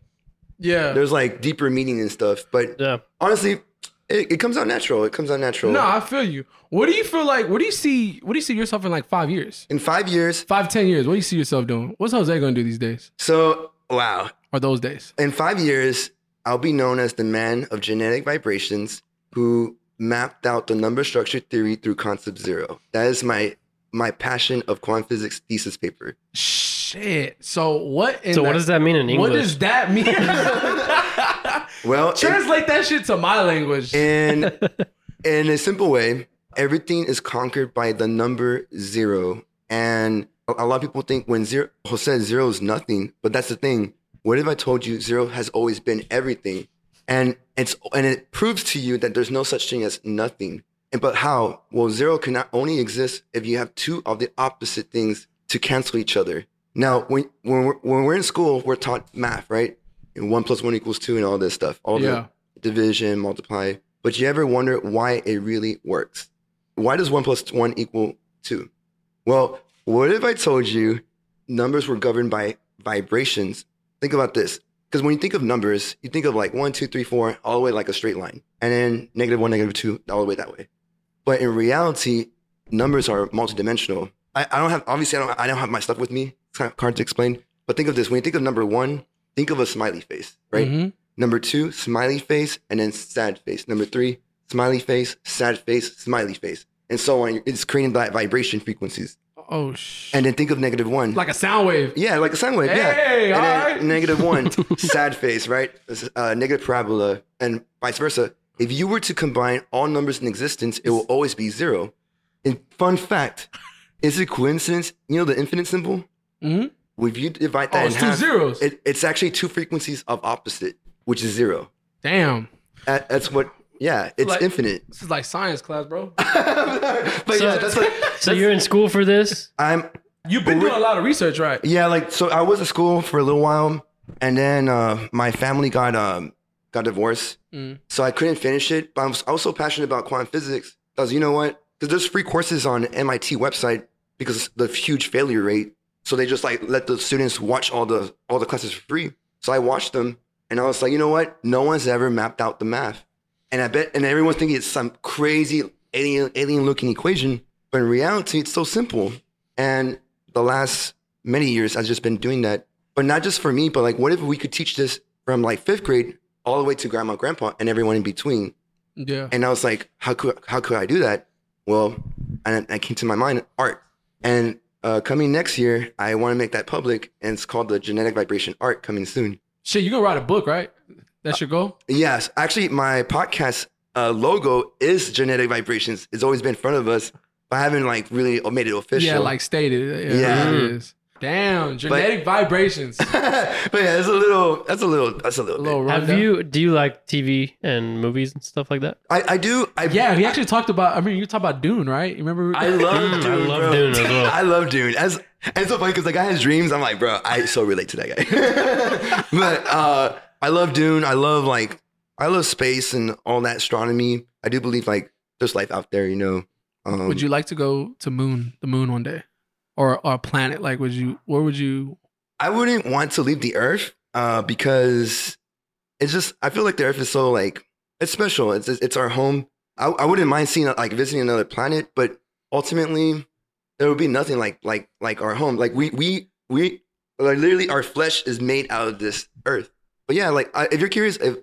Speaker 1: yeah.
Speaker 3: there's like deeper meaning and stuff. But
Speaker 2: Yeah.
Speaker 3: honestly, it, it comes out natural. It comes out natural.
Speaker 1: No, I feel you. What do you feel like? What do you see? What do you see yourself in like five years,
Speaker 3: In five years,
Speaker 1: five, ten years? What do you see yourself doing? What's Jose gonna do these days
Speaker 3: so wow.
Speaker 1: or those days?
Speaker 3: In five years, I'll be known as the man of genetic vibrations who mapped out the number structure theory through concept zero. That is my my passion of quantum physics thesis paper.
Speaker 1: Shit. So what? In
Speaker 2: So
Speaker 1: the-
Speaker 2: what does that mean in English?
Speaker 1: What does that mean?
Speaker 3: Well, in,
Speaker 1: Translate that shit to my language.
Speaker 3: in in a simple way, everything is conquered by the number zero. And a a lot of people think when zero Jose zero is nothing, but that's the thing. What if I told you zero has always been everything? and it's and it proves to you that there's no such thing as nothing. And but how? Well, zero can not only exist if you have two of the opposite things to cancel each other. Now, when when we're, when we're in school, we're taught math, right? And one plus one equals two, and all this stuff, all
Speaker 1: Yeah.
Speaker 3: the division, multiply. But you ever wonder why it really works? Why does one plus one equal two? Well, what if I told you numbers were governed by vibrations? Think about this. Because when you think of numbers, you think of like one, two, three, four, all the way like a straight line, and then negative one, negative two, all the way that way. But in reality, numbers are multidimensional. I, I don't have obviously I don't I don't have my stuff with me. It's kind of hard to explain. But think of this: when you think of number one, think of a smiley face, right?
Speaker 1: Mhm.
Speaker 3: Number two, smiley face, and then sad face. Number three, smiley face, sad face, smiley face, and so on. It's creating that vibration frequencies.
Speaker 1: Oh shit.
Speaker 3: And then think of negative one.
Speaker 1: Like a sound wave.
Speaker 3: Yeah, like a sound wave.
Speaker 1: Hey,
Speaker 3: yeah. And then
Speaker 1: alright.
Speaker 3: negative one, sad face, right? Uh, negative parabola, and vice versa. If you were to combine all numbers in existence, it will always be zero. And fun fact, is it coincidence? You know the infinite symbol.
Speaker 1: Mhm.
Speaker 3: If you divide
Speaker 1: Oh,
Speaker 3: that in
Speaker 1: it's two
Speaker 3: half,
Speaker 1: zeros.
Speaker 3: it, it's actually two frequencies of opposite, which is zero.
Speaker 1: Damn.
Speaker 3: That, that's what. Yeah, it's
Speaker 1: Like-
Speaker 3: infinite.
Speaker 1: This is like science class, bro.
Speaker 3: But yeah, that's what
Speaker 2: so you're in school for this?
Speaker 3: I'm.
Speaker 1: You've been doing a lot of research, right?
Speaker 3: Yeah, like so I was at school for a little while and then uh my family got um got divorced.
Speaker 1: Mm.
Speaker 3: So I couldn't finish it, but I was, I was so passionate about quantum physics. I was, you know what? Cuz there's free courses on MIT website because the huge failure rate. So they just like let the students watch all the all the classes for free. So I watched them and I was like, you know what? No one's ever mapped out the math. And I bet and everyone's thinking it's some crazy alien alien looking equation, but in reality it's so simple. And the last many years, I've just been doing that. But not just for me, but like, what if we could teach this from like fifth grade all the way to grandma, grandpa, and everyone in between?
Speaker 1: Yeah.
Speaker 3: And I was like, how could how could I do that? Well, and I came to my mind art. And uh, coming next year, I want to make that public, and it's called the genetic vibration art coming soon.
Speaker 1: Shit, you gonna write a book, right? That's your goal?
Speaker 3: Yes, actually, my podcast uh, logo is genetic vibrations. It's always been in front of us, but I haven't like really made it official.
Speaker 1: Yeah, like stated. Yeah,
Speaker 3: Yeah. Mm-hmm.
Speaker 1: it is. Damn, genetic vibrations.
Speaker 3: but yeah, it's a little. That's a little. That's
Speaker 1: A
Speaker 3: a little.
Speaker 1: little
Speaker 3: bit.
Speaker 2: Have
Speaker 1: rundown.
Speaker 2: you? Do you like TV and movies and stuff like that?
Speaker 3: I, I do. I
Speaker 1: Yeah, we actually talked about. I mean, you talked about Dune, right? Remember?
Speaker 3: I love
Speaker 2: Mm,
Speaker 3: Dune.
Speaker 2: I love
Speaker 3: bro.
Speaker 2: Dune as well.
Speaker 3: I love Dune. As and it's so funny because the guy has dreams. I'm like, bro, I so relate to that guy. but uh, I love Dune. I love like I love space and all that astronomy. I do believe like there's life out there. You know. Um,
Speaker 1: would you like to go to moon, the moon one day, or, or a planet? Like, would you? Where would you?
Speaker 3: I wouldn't want to leave the Earth uh, because it's just I feel like the Earth is so like it's special. It's it's it's our home. I, I wouldn't mind seeing like visiting another planet, but ultimately there would be nothing like like like our home. Like we we we like literally our flesh is made out of this Earth. But yeah, like I, if you're curious, if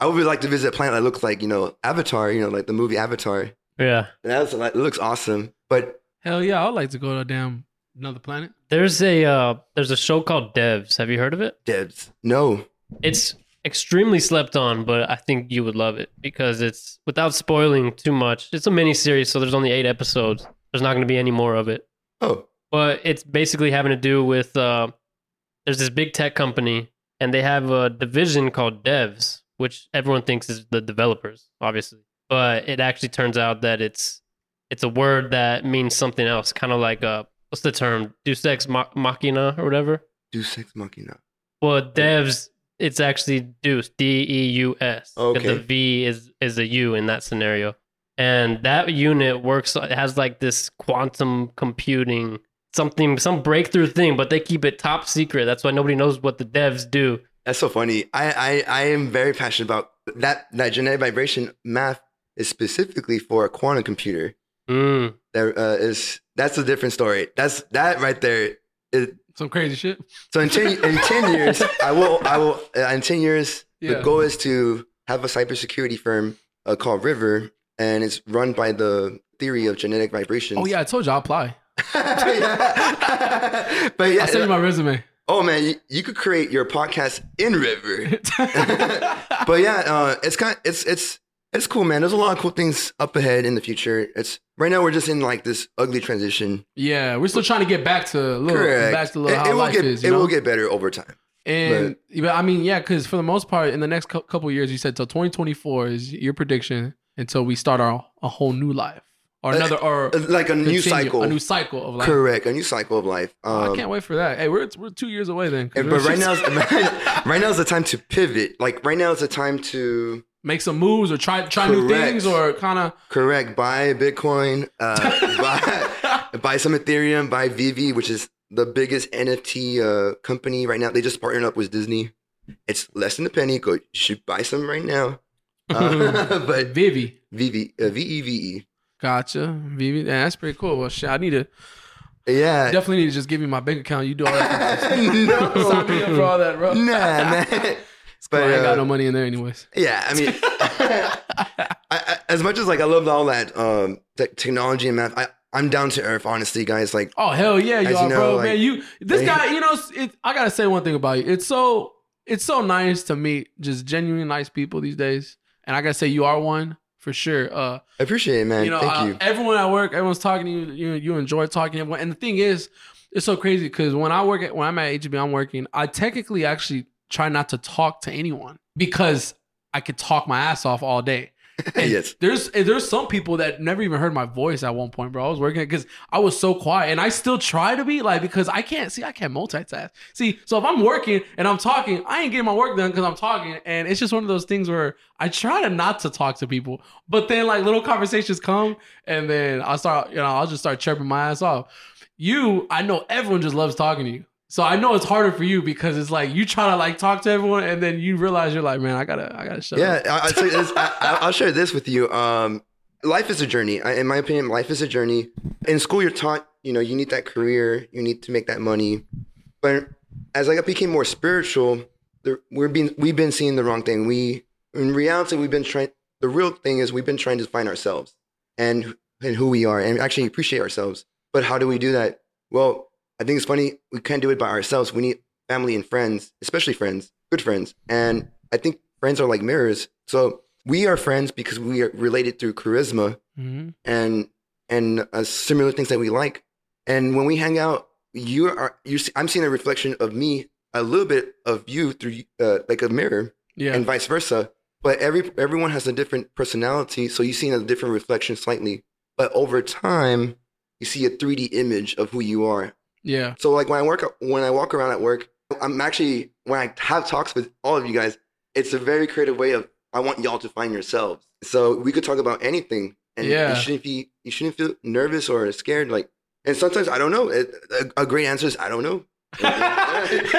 Speaker 3: I would like to visit a planet that looks like you know Avatar, you know like the movie Avatar. And
Speaker 2: Yeah.
Speaker 3: that's like, it looks awesome, but
Speaker 1: Hell yeah, I'd like to go to a damn another planet.
Speaker 2: There's a uh, there's a show called Devs. Have you heard of it?
Speaker 3: Debs, no.
Speaker 2: It's extremely slept on, but I think you would love it because it's without spoiling too much. It's a mini series, so there's only eight episodes. There's not going to be any more of it.
Speaker 3: Oh,
Speaker 2: but it's basically having to do with uh, there's this big tech company and they have a division called devs which everyone thinks is the developers obviously but it actually turns out that it's it's a word that means something else kind of like uh what's the term deus ex ma- machina or whatever
Speaker 3: Deus Ex Machina.
Speaker 2: well devs it's actually deus d-e-u-s 'cause
Speaker 3: Okay.
Speaker 2: the v is is a u in that scenario and that unit works it has like this quantum computing something some breakthrough thing but they keep it top secret that's why nobody knows what the devs do
Speaker 3: That's so funny. I, I, I am very passionate about that. That genetic vibration math is specifically for a quantum computer.
Speaker 2: mm.
Speaker 3: There uh, is that's a different story. That's that right there. Is,
Speaker 1: Some crazy shit.
Speaker 3: so in ten in ten years, I will I will uh, in ten years
Speaker 1: Yeah.
Speaker 3: the goal is to have a cybersecurity firm uh, called River, and it's run by the theory of genetic vibrations.
Speaker 1: Oh yeah, I told you I will apply.
Speaker 3: Yeah. but yeah.
Speaker 1: I'll send you my resume.
Speaker 3: oh man, you, you could create your podcast in River. but yeah, uh, it's kind it's it's it's cool, man. There's a lot of cool things up ahead in the future. It's right now we're just in like this ugly transition.
Speaker 1: yeah, we're still trying to get back to a little
Speaker 3: Correct.
Speaker 1: back to a little
Speaker 3: it,
Speaker 1: how
Speaker 3: it will
Speaker 1: life
Speaker 3: get
Speaker 1: is. You
Speaker 3: it
Speaker 1: know?
Speaker 3: will get better over time.
Speaker 1: And but I mean, yeah, because for the most part, in the next cou- couple years, you said till 2024 is your prediction until we start our a whole new life or
Speaker 3: Uh,
Speaker 1: another or
Speaker 3: It's like a new
Speaker 1: continue-
Speaker 3: cycle.
Speaker 1: a new cycle of life. Oh,
Speaker 3: Correct, a new cycle of life. Um,
Speaker 1: I can't wait for that. Hey, we're we're two years away then. 'cause
Speaker 3: and- but
Speaker 1: we're-
Speaker 3: right now, right now is the time to pivot. Like right now is the time to
Speaker 1: make some moves or try try new
Speaker 3: Correct.
Speaker 1: things or kind of
Speaker 3: correct buy Bitcoin, uh, buy buy some Ethereum, buy VV, which is the biggest NFT uh, company right now. They just partnered up with Disney. It's less than a penny. Go, you should buy some right now. Uh, but
Speaker 1: Vivi.
Speaker 3: VV, uh, VEVE.
Speaker 1: Gotcha, Vivi. Yeah, that's pretty cool. Well, shit, I need to
Speaker 3: Yeah.
Speaker 1: definitely need to just give you my bank account. You do all that. Sign me up
Speaker 3: no.
Speaker 1: for all that, bro.
Speaker 3: Nah, man.
Speaker 1: But, I
Speaker 3: But,
Speaker 1: ain't
Speaker 3: uh,
Speaker 1: got no money in there anyways.
Speaker 3: Yeah, I mean, I, I, as much as like I love all that um, tech technology and math, I, I'm down to earth, honestly, guys. Like,
Speaker 1: Oh hell yeah,
Speaker 3: As
Speaker 1: y'all,
Speaker 3: you know,
Speaker 1: bro,
Speaker 3: like-
Speaker 1: man. You this
Speaker 3: Hey.
Speaker 1: guy, you know, it, I gotta say one thing about you. It's so it's so nice to meet just genuinely nice people these days, and I gotta say you are one for sure. Uh,
Speaker 3: I appreciate it, man.
Speaker 1: you know,
Speaker 3: Thank
Speaker 1: uh,
Speaker 3: you.
Speaker 1: everyone at work, everyone's talking to you. You you enjoy talking to everyone, and the thing is, it's so crazy because when I work at when I'm at HB, I'm working. I technically actually try not to talk to anyone because I could talk my ass off all day. And
Speaker 3: Yes.
Speaker 1: There's and there's some people that never even heard my voice at one point, bro. I was working because I was so quiet, and I still try to be like because I can't see I can't multitask. See, so if I'm working and I'm talking, I ain't getting my work done because I'm talking, and it's just one of those things where I try to not to talk to people, but then like little conversations come, and then I start you know I'll just start chirping my ass off. You, I know everyone just loves talking to you. So I know it's harder for you because it's like you try to like talk to everyone and then you realize you're like, man, I gotta, I gotta shut
Speaker 3: Yeah,
Speaker 1: up.
Speaker 3: I, I'll, say this, I, I- I'll share this with you. Um, life is a journey. I, in my opinion, life is a journey. In school, you're taught, you know, you need that career, you need to make that money. But as I became more spiritual, the, we're being, we've been seeing the wrong thing. We, in reality, we've been trying. The real thing is we've been trying to find ourselves and and who we are and actually appreciate ourselves. But how do we do that? Well, I think it's funny we can't do it by ourselves. We need family and friends, especially friends, good friends. And I think friends are like mirrors. So we are friends because we are related through charisma
Speaker 1: Mm-hmm.
Speaker 3: and and uh, similar things that we like. And when we hang out, you are you. See, I'm seeing a reflection of me, a little bit of you through uh, like a mirror,
Speaker 1: Yeah.
Speaker 3: and vice versa. But every everyone has a different personality, so you see a different reflection slightly. But over time, you see a 3D image of who you are.
Speaker 1: yeah.
Speaker 3: So like when I work when I walk around at work, I'm actually when I have talks with all of you guys, it's a very creative way of I want y'all to find yourselves. So we could talk about anything, and
Speaker 1: Yeah.
Speaker 3: you shouldn't be you shouldn't feel nervous or scared. Like, and sometimes I don't know. It- A, a great answer is I don't know.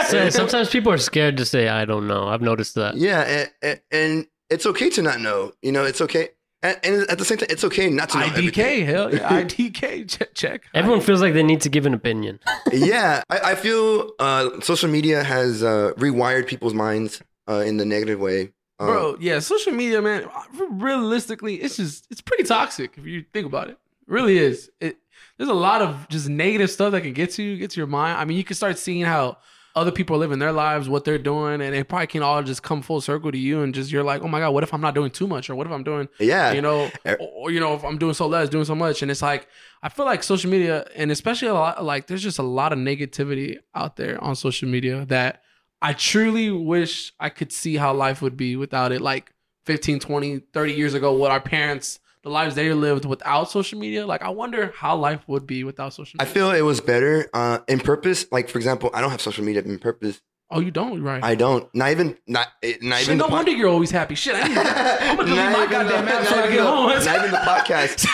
Speaker 2: So sometimes people are scared to say, I don't know. I've noticed that.
Speaker 3: yeah, and, and, and it's okay to not know. You know, it's okay. And, and at the same time, it's okay not to know. everything.
Speaker 1: IDK, hell yeah. IDK, check. check.
Speaker 2: Everyone feels like they need to give an opinion.
Speaker 3: yeah, I, I feel uh, social media has uh, rewired people's minds uh, in the negative way. Um,
Speaker 1: Bro, yeah, social media, man. Realistically, it's just it's pretty toxic if you think about it. It really is. It there's a lot of just negative stuff that can get to you, get to your mind. I mean, you can start seeing how other people are living their lives, what they're doing, and it probably can all just come full circle to you. And just you're like, oh my god, what if I'm not doing too much, or what if I'm doing
Speaker 3: Yeah.
Speaker 1: you know,
Speaker 3: Er-
Speaker 1: or, or, you know, if I'm doing so less, doing so much, and it's like I feel like social media, and especially a lot, like there's just a lot of negativity out there on social media that I truly wish I could see how life would be without it. Like 15, 20, 30 years ago, what our parents, the lives they lived without social media. Like I wonder how life would be without social
Speaker 3: I
Speaker 1: media.
Speaker 3: feel it was better uh, in purpose. Like for example, I don't have social media in purpose.
Speaker 1: oh, you don't, right?
Speaker 3: I don't. Not even. Not. eh, Not
Speaker 1: Shit,
Speaker 3: even.
Speaker 1: no
Speaker 3: the pod-
Speaker 1: wonder you're always happy. Shit, I need I'm gonna delete
Speaker 3: Not
Speaker 1: my
Speaker 3: even
Speaker 1: goddamn
Speaker 3: the-
Speaker 1: app so I
Speaker 3: not even
Speaker 1: get
Speaker 3: the-
Speaker 1: home.
Speaker 3: Not even the podcast.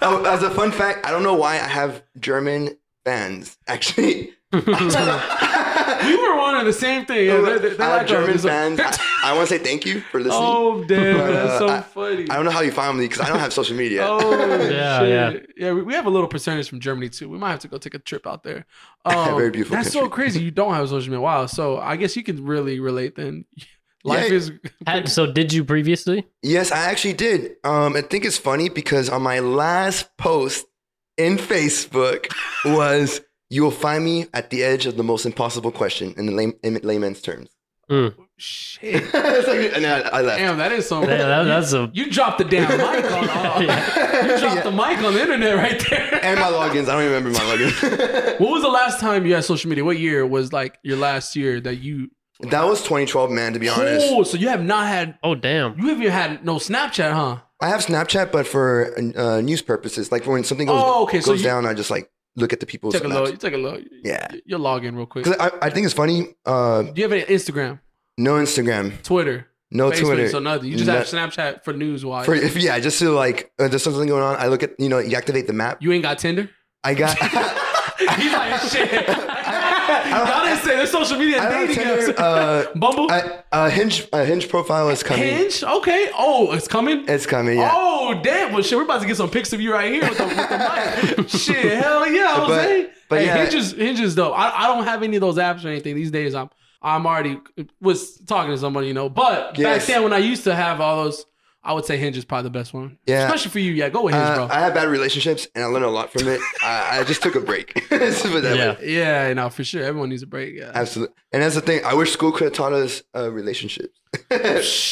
Speaker 3: Oh, As a fun fact, I don't know why I have German fans. Actually,
Speaker 1: we were wondering the same thing. Yeah, they- they- they
Speaker 3: I
Speaker 1: like us.
Speaker 3: have German
Speaker 1: It's like-
Speaker 3: fans. I, want to say thank you for listening.
Speaker 1: Oh damn,
Speaker 3: But,
Speaker 1: that's so
Speaker 3: uh,
Speaker 1: funny.
Speaker 3: I don't know how you found me because I don't have social media.
Speaker 1: Oh
Speaker 2: Yeah,
Speaker 1: shit. yeah, We we have a little percentage from Germany too. We might have to go take a trip out there. Um,
Speaker 3: Very beautiful
Speaker 1: That's so
Speaker 3: country.
Speaker 1: crazy. You don't have social media. Wow. So I guess you can really relate then. Life
Speaker 3: Yeah.
Speaker 1: is
Speaker 2: Had- So did you previously?
Speaker 3: Yes, I actually did. Um, I think it's funny because on my last post in Facebook was you will find me at the edge of the most impossible question in the lame, in layman's terms.
Speaker 1: shit.
Speaker 3: It's like- and then I, I left.
Speaker 1: Damn, that is something.
Speaker 2: Yeah, that- that's a.
Speaker 1: You dropped the damn mic on. on-
Speaker 2: Yeah.
Speaker 1: You dropped
Speaker 3: Yeah.
Speaker 1: the mic on the internet right there.
Speaker 3: And my logins. I don't remember my logins.
Speaker 1: What was the last time you had social media? What year was like your last year that you?
Speaker 3: that was 2012, man, to be honest.
Speaker 1: Oh, so you have not had.
Speaker 2: Oh, damn.
Speaker 1: You haven't even had no Snapchat, huh?
Speaker 3: I have Snapchat, but for uh, news purposes. Like when something goes,
Speaker 1: Oh, okay,
Speaker 3: goes
Speaker 1: so you-
Speaker 3: down, I just like look at the people's
Speaker 1: Take a look. You
Speaker 3: Snapchat.
Speaker 1: take a look.
Speaker 3: Yeah.
Speaker 1: You'll log in real quick.
Speaker 3: 'Cause I, I think it's funny. Uh,
Speaker 1: Do you have any Instagram,
Speaker 3: no Instagram,
Speaker 1: Twitter,
Speaker 3: no
Speaker 1: Facebook?
Speaker 3: Oh, Twitter.
Speaker 1: So nothing. You just have Snapchat for news wise.
Speaker 3: For, if, yeah, just to like, uh, there's something going on. I look at, you know, you activate the map.
Speaker 1: you ain't got Tinder.
Speaker 3: I got.
Speaker 1: He's like shit. Y'all didn't say there's social media
Speaker 3: I don't
Speaker 1: dating
Speaker 3: Tinder.
Speaker 1: apps.
Speaker 3: Uh,
Speaker 1: Bumble,
Speaker 3: I, uh, hinge. A hinge profile is coming.
Speaker 1: Hinge. Okay. Oh, it's coming.
Speaker 3: It's coming. Yeah.
Speaker 1: Oh damn! Well, shit, we're about to get some pics of you right here with the, with the mic. shit, hell yeah,
Speaker 3: But-
Speaker 1: Jose.
Speaker 3: but
Speaker 1: hey,
Speaker 3: yeah.
Speaker 1: Hinge is Hinge is dope. I, I don't have any of those apps or anything these days. I'm I'm already was talking to somebody, you know. But
Speaker 3: Yes.
Speaker 1: back then, when I used to have all those, I would say Hinge is probably the best one.
Speaker 3: Yeah.
Speaker 1: especially for you. Yeah, go with Hinge,
Speaker 3: Uh,
Speaker 1: bro.
Speaker 3: I have bad relationships, and I learned a lot from it. I, I just took a break. Let's put it that way.
Speaker 2: Yeah.
Speaker 1: yeah, no, for sure. Everyone needs a break. Yeah.
Speaker 3: Absolutely. And that's the thing. I wish school could have taught us uh, relationships,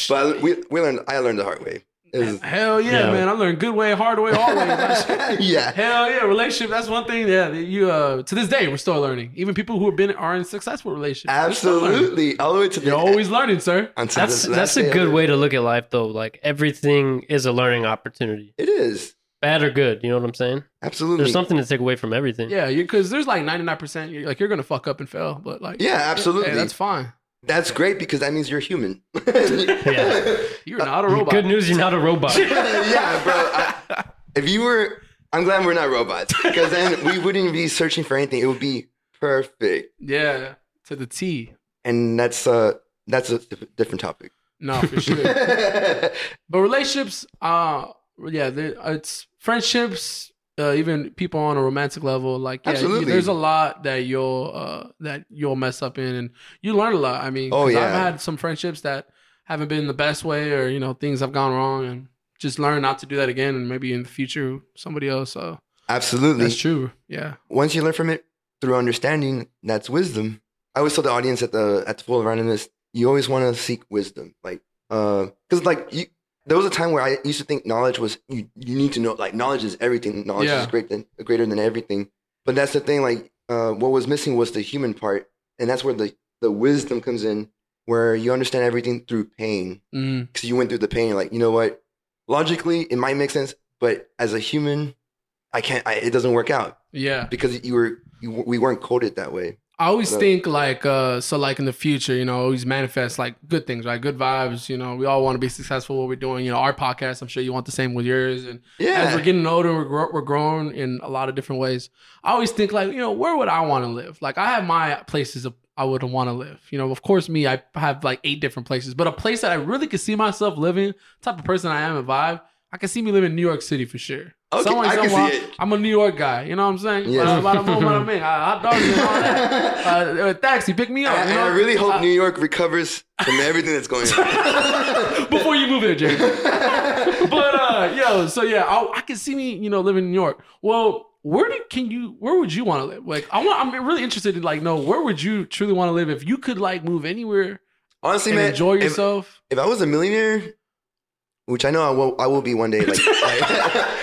Speaker 3: but we we learned. I learned the hard way. It was-
Speaker 1: Hell yeah,
Speaker 2: Yeah.
Speaker 1: man! I learned good way, hard way, all way.
Speaker 3: yeah.
Speaker 1: Hell yeah, relationship. That's one thing. Yeah, that you uh, to this day we're still learning. Even people who have been are in successful relationships. they're still learning.
Speaker 3: Absolutely. All the way to the
Speaker 1: You're always learning, sir.
Speaker 3: Until
Speaker 2: That's
Speaker 3: the
Speaker 2: that's
Speaker 3: last day
Speaker 2: a
Speaker 3: of
Speaker 2: good
Speaker 3: it.
Speaker 2: way to look at life, though. Like everything is a learning opportunity,
Speaker 3: It is
Speaker 2: bad or good. You know what I'm saying?
Speaker 3: absolutely.
Speaker 2: There's something to take away from everything.
Speaker 1: Yeah, because there's like 99%, you're, like you're going to fuck up and fail, but like,
Speaker 3: yeah, absolutely.
Speaker 1: hey, that's fine.
Speaker 3: That's great because that means you're human.
Speaker 2: Yeah.
Speaker 3: Uh,
Speaker 1: You're not a robot.
Speaker 2: Good news, you're not a robot.
Speaker 3: yeah, bro. I, if you were, I'm glad we're not robots because then we wouldn't be searching for anything. It would be perfect,
Speaker 1: Yeah, to the T.
Speaker 3: and that's uh that's a diff- different topic.
Speaker 1: No, for sure. but relationships, uh, yeah, there- it's friendships, uh, even people on a romantic level. Like, yeah, you-
Speaker 3: Absolutely.
Speaker 1: there's a lot that you'll uh, that you'll mess up in, and you learn a lot. I mean,
Speaker 3: Oh,
Speaker 1: 'cause I've
Speaker 3: yeah.
Speaker 1: had some friendships that haven't been the best way, or you know, things have gone wrong, and just learn not to do that again, and maybe in the future somebody else. Uh,
Speaker 3: Absolutely.
Speaker 1: That's true. Yeah.
Speaker 3: Once you learn from it through understanding, that's wisdom. I always tell the audience at the at the full randomness, you always want to seek wisdom, uh, like because like you there was a time where I used to think knowledge was you, you need to know like knowledge is everything. Knowledge
Speaker 1: Yeah.
Speaker 3: is great than, greater than everything. But that's the thing. Like uh, what was missing was the human part, and that's where the the wisdom comes in, where you understand everything through pain
Speaker 1: Mm.
Speaker 3: because you went through the pain. You're like you know what, logically it might make sense, but as a human, I can't. I, it doesn't work out
Speaker 1: Yeah.
Speaker 3: because you were you, we weren't coded that way.
Speaker 1: I always
Speaker 3: Right.
Speaker 1: think like uh so like in the future, you know, always manifest like good things, right? Good vibes, you know. We all want to be successful in what we're doing, you know, our podcast, I'm sure you want the same with yours and as we're
Speaker 3: Yeah,
Speaker 1: getting older, we're, grow- we're growing in a lot of different ways. I always think like, you know, where would I want to live? Like, I have my places of, I would want to live. You know, of course, me, I have like eight different places, but a place that I really could see myself living, type of person I am and vibe, I can see me living in New York City for sure.
Speaker 3: Okay, I can see
Speaker 1: somehow,
Speaker 3: it.
Speaker 1: I'm a New York guy. You know what I'm saying?
Speaker 3: Yes.
Speaker 1: Yeah. By the moment I'm in, I- hot dogs and all that. Uh, uh, taxi, pick me up.
Speaker 3: and,
Speaker 1: you
Speaker 3: and
Speaker 1: know?
Speaker 3: I really hope
Speaker 1: Uh,
Speaker 3: New York recovers from everything that's going on.
Speaker 1: before you move there, Jay. but uh, yo, so yeah, I, I can see me, you know, living in New York. Well, where do can you? Where would you want to live? Like, I want. I'm really interested in like, no, where would you truly want to live if you could like move anywhere
Speaker 3: Honestly,
Speaker 1: and
Speaker 3: man,
Speaker 1: enjoy
Speaker 3: if-
Speaker 1: yourself?
Speaker 3: If, I was a millionaire, which I know I will, I will be one day, like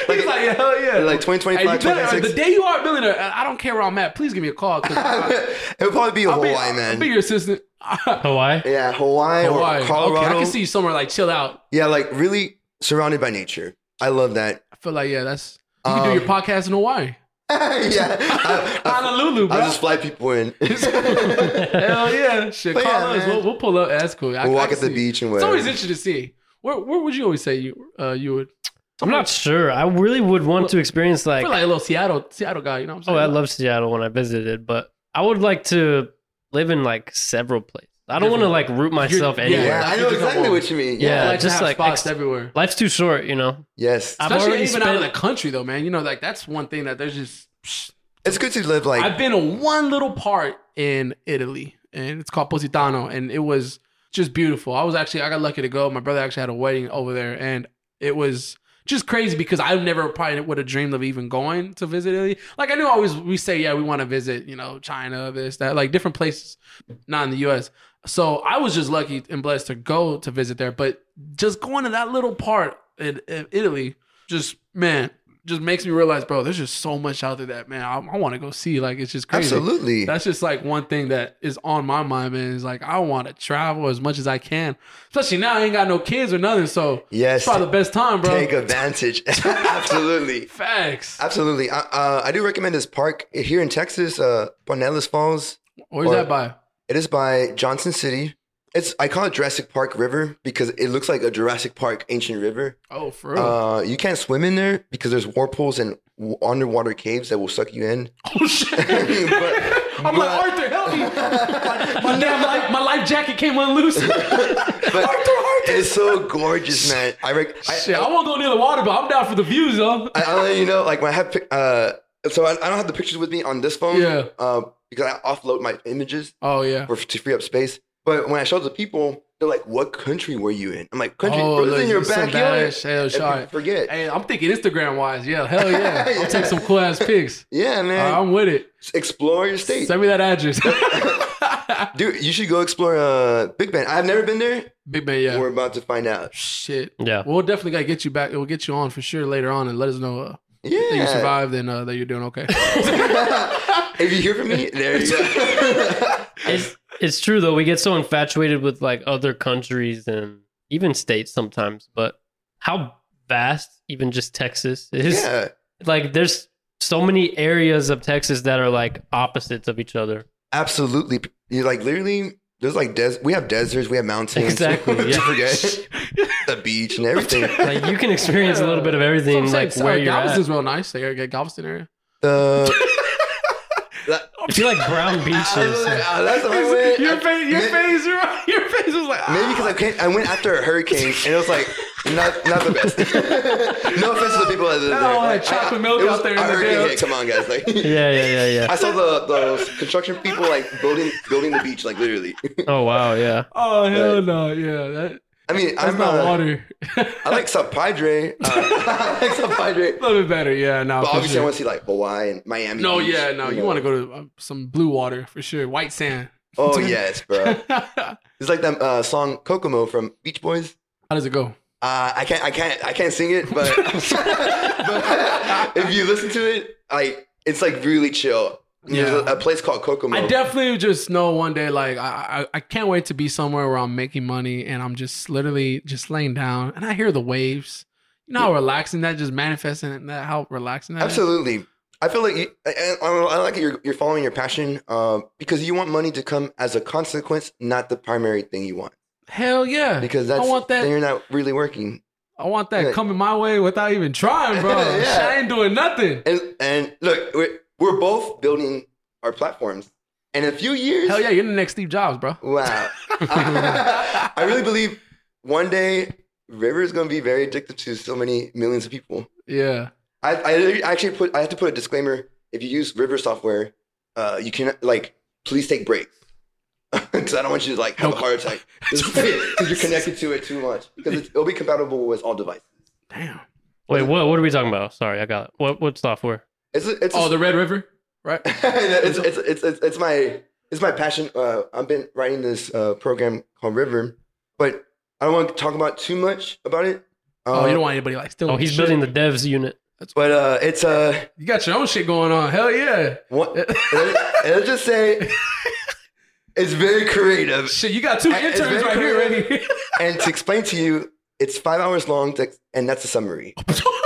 Speaker 3: like,
Speaker 1: He's like, hell yeah,
Speaker 3: like
Speaker 1: Hey, you
Speaker 3: 2025,
Speaker 1: better- the
Speaker 3: 2026.
Speaker 1: day you are a millionaire, I I don't care where I'm at. Please give me a call. 'cause I-
Speaker 3: it would probably be a
Speaker 1: I'll be-
Speaker 3: Hawaii,
Speaker 1: I'll
Speaker 3: man.
Speaker 1: be your assistant. Hawaii.
Speaker 2: Hawaii.
Speaker 3: yeah, Hawaii, or Colorado.
Speaker 1: Okay, I can see you somewhere like chill out.
Speaker 3: Yeah, like really surrounded by nature. I love that.
Speaker 1: I feel like yeah, that's you can
Speaker 3: Um,
Speaker 1: do your podcast in Hawaii,
Speaker 3: yeah, I, I,
Speaker 1: Honolulu, bro.
Speaker 3: will just fly people in.
Speaker 1: Hell yeah, shit.
Speaker 3: But
Speaker 1: Call
Speaker 3: yeah,
Speaker 1: us.
Speaker 3: man.
Speaker 1: We'll, we'll pull up. That's cool. I,
Speaker 3: We'll
Speaker 1: I
Speaker 3: walk
Speaker 1: can
Speaker 3: at the
Speaker 1: see.
Speaker 3: beach and
Speaker 1: It's
Speaker 3: whatever.
Speaker 1: always interesting to see. Where where would you always say you uh, you would?
Speaker 2: I'm not sure. I really would want to experience
Speaker 1: I
Speaker 2: like,
Speaker 1: feel like a little Seattle Seattle guy. You know what I'm
Speaker 2: oh,
Speaker 1: saying?
Speaker 2: I love Seattle when I visited, but I would like to live in like several places. I don't want to like root myself
Speaker 1: yeah.
Speaker 2: anywhere.
Speaker 3: yeah, I know exactly what you mean.
Speaker 1: I
Speaker 2: Yeah.
Speaker 1: like
Speaker 2: just
Speaker 1: to have
Speaker 2: like
Speaker 1: spots
Speaker 2: ex-
Speaker 1: everywhere.
Speaker 2: Life's too short, you know.
Speaker 3: Yes.
Speaker 2: I've
Speaker 1: Especially
Speaker 2: already
Speaker 1: even out of the
Speaker 2: spent.
Speaker 1: country though, man. You know, like that's one thing that there's just.
Speaker 3: It's good to live like
Speaker 1: I've been in one little part in Italy, and it's called Positano, and it was just beautiful. I was actually I got lucky to go. My brother actually had a wedding over there, and it was just crazy because I never probably would have dreamed of even going to visit Italy. Like I knew always we say, yeah, we want to visit, you know, China, this, that, like different places, not in the U.S. So I was just lucky and blessed to go to visit there, but just going to that little part in, in Italy, just man. Just makes me realize, bro. There's just so much out there that man, I, I want to go see. Like it's just crazy.
Speaker 3: absolutely.
Speaker 1: That's just like one thing that is on my mind, man. Is like I want to travel as much as I can, especially now. I ain't got no kids or nothing, so it's
Speaker 3: Yes.
Speaker 1: probably the best time, bro.
Speaker 3: Take advantage. absolutely.
Speaker 1: Facts.
Speaker 3: Absolutely. I, uh, I do recommend this park here in Texas, uh, Bonellis Falls.
Speaker 1: Where's
Speaker 3: or-
Speaker 1: that by?
Speaker 3: It is by Johnson City. It's I call it Jurassic Park River because it looks like a Jurassic Park ancient river.
Speaker 1: Oh, for real.
Speaker 3: Uh, you can't swim in there because there's whirlpools and w- underwater caves that will suck you in.
Speaker 1: oh shit.
Speaker 3: but-
Speaker 1: I'm like Arthur, help me. my, my damn life, my life jacket came unloose.
Speaker 3: But it's so gorgeous, man. I, rec- I,
Speaker 1: shit, I won't go near the water, but I'm down for the views, though.
Speaker 3: I, I'll let you know. Like when I have, pic- uh, so I, I don't have the pictures with me on this phone.
Speaker 1: Yeah.
Speaker 3: Uh, because I offload my images
Speaker 1: Oh yeah.
Speaker 3: for, to free up space. But when I showed the people, they're like, "What country were you in?" I'm like, "Country,
Speaker 1: oh,
Speaker 3: bro, this is in
Speaker 1: look,
Speaker 3: your
Speaker 1: it's some
Speaker 3: backyard."
Speaker 1: badass hell
Speaker 3: And
Speaker 1: shot.
Speaker 3: people forget.
Speaker 1: Hey, I'm thinking Instagram wise. Yeah, hell yeah. I'll
Speaker 3: Yeah.
Speaker 1: take some cool ass pics.
Speaker 3: Yeah,
Speaker 1: Uh,
Speaker 3: man.
Speaker 1: I'm with it.
Speaker 3: explore your state,
Speaker 1: Send me that address.
Speaker 3: dude. You should go explore uh, Big Bend. I've never been there.
Speaker 1: Big man, yeah.
Speaker 3: We're about to find out.
Speaker 1: Shit.
Speaker 2: Yeah.
Speaker 1: We'll definitely gotta get you back. We'll get you on for sure later on and let us know uh, that you
Speaker 3: Yeah.
Speaker 1: survived and uh, that you're doing okay.
Speaker 3: if you hear from me, there you go.
Speaker 2: It's, it's true though. We get so infatuated with like other countries and even states sometimes, but how vast even just Texas is.
Speaker 3: yeah.
Speaker 2: Like there's so many areas of Texas that are like opposites of each other.
Speaker 3: Absolutely. You like literally. There's like des- we have deserts, we have mountains.
Speaker 2: Exactly,
Speaker 3: You
Speaker 2: yeah.
Speaker 3: forget the beach and everything.
Speaker 2: Like you can experience a little bit of everything,
Speaker 1: So I'm
Speaker 2: like
Speaker 1: saying,
Speaker 2: where
Speaker 1: sorry,
Speaker 2: you're
Speaker 1: Galveston's
Speaker 2: at.
Speaker 1: real nice. They got Galveston area.
Speaker 3: The that,
Speaker 2: If you like brown
Speaker 3: I was
Speaker 2: beaches,
Speaker 3: like, ah, that's how I went. I-
Speaker 1: face, your
Speaker 3: ma-
Speaker 1: face, your face was like. "Ah."
Speaker 3: Maybe because I came, I went after a hurricane and it was like not not the best. no offense to the people that live there.
Speaker 1: Oh,
Speaker 3: Like,
Speaker 1: that chocolate milk
Speaker 3: it was
Speaker 1: out there in
Speaker 3: a
Speaker 1: the
Speaker 3: hurricane
Speaker 1: damn-
Speaker 3: hit, Come on, guys. Like,
Speaker 2: yeah, yeah, yeah, yeah.
Speaker 3: I saw the the construction people like building building the beach like literally.
Speaker 2: Oh wow, yeah.
Speaker 1: Oh hell no! Yeah, that,
Speaker 3: I mean,
Speaker 1: that's
Speaker 3: I'm
Speaker 1: not
Speaker 3: uh,
Speaker 1: water.
Speaker 3: I like South Padre. Uh, I like South Padre.
Speaker 1: a little bit better. Yeah, no.
Speaker 3: But
Speaker 1: for
Speaker 3: obviously,
Speaker 1: sure.
Speaker 3: I want to see like Hawaii and Miami.
Speaker 1: no,
Speaker 3: Beach,
Speaker 1: yeah, no. You
Speaker 3: know.
Speaker 1: want to go to uh, some blue water for sure. White sand.
Speaker 3: Oh yes, bro.
Speaker 1: How
Speaker 3: It's like that uh, song Kokomo from Beach Boys.
Speaker 1: does it go?
Speaker 3: Uh, I can't, I can't, I can't sing it, but, but if you listen to it, like it's like really chill. There's
Speaker 1: Yeah.
Speaker 3: a, a place called Kokomo.
Speaker 1: I definitely just know one day, like I, I, I can't wait to be somewhere where I'm making money and I'm just literally just laying down and I hear the waves. You know how relaxing that just manifesting that how relaxing that is?
Speaker 3: Absolutely. I feel like you, I, I, I like that you're, you're following your passion uh, because you want money to come as a consequence, not the primary thing you want.
Speaker 1: Hell yeah!
Speaker 3: Because that's
Speaker 1: I want that.
Speaker 3: then you're not really working.
Speaker 1: I want that
Speaker 3: Yeah.
Speaker 1: coming my way without even trying, bro.
Speaker 3: Yeah.
Speaker 1: Shit, I ain't doing nothing.
Speaker 3: And and look, we're, we're both building our platforms. In a few years,
Speaker 1: Hell yeah, you're the next Steve Jobs, bro.
Speaker 3: Wow. I really believe one day River is going to be very addictive to so many millions of people.
Speaker 1: Yeah.
Speaker 3: I, I literally- I actually put I have to put a disclaimer. If you use River software, uh, you can like please take breaks because I don't want you to like have a
Speaker 1: Nope.
Speaker 3: heart attack because you're connected to it too much because it'll be compatible with all devices.
Speaker 1: Damn.
Speaker 2: Wait, what? What are we talking about? Sorry, I got what? What software?
Speaker 3: It's a, Uh, it's a-
Speaker 1: Oh, the Red River, right?
Speaker 3: it's, it's, it's, it's, it's my it's my passion. Uh, I've been writing this uh, program called River, but I don't want to talk about too much about it. Uh,
Speaker 1: oh, you don't want anybody like still.
Speaker 2: Oh, he's building the devs unit.
Speaker 3: But uh, it's uh,
Speaker 1: You got your own shit going on. Hell yeah.
Speaker 3: one, let's just say it's very creative.
Speaker 1: Shit, you got two
Speaker 3: I- it's
Speaker 1: interns
Speaker 3: very
Speaker 1: right here,
Speaker 3: clear.
Speaker 1: ready.
Speaker 3: And to explain to you, it's five hours long, to, and that's a summary.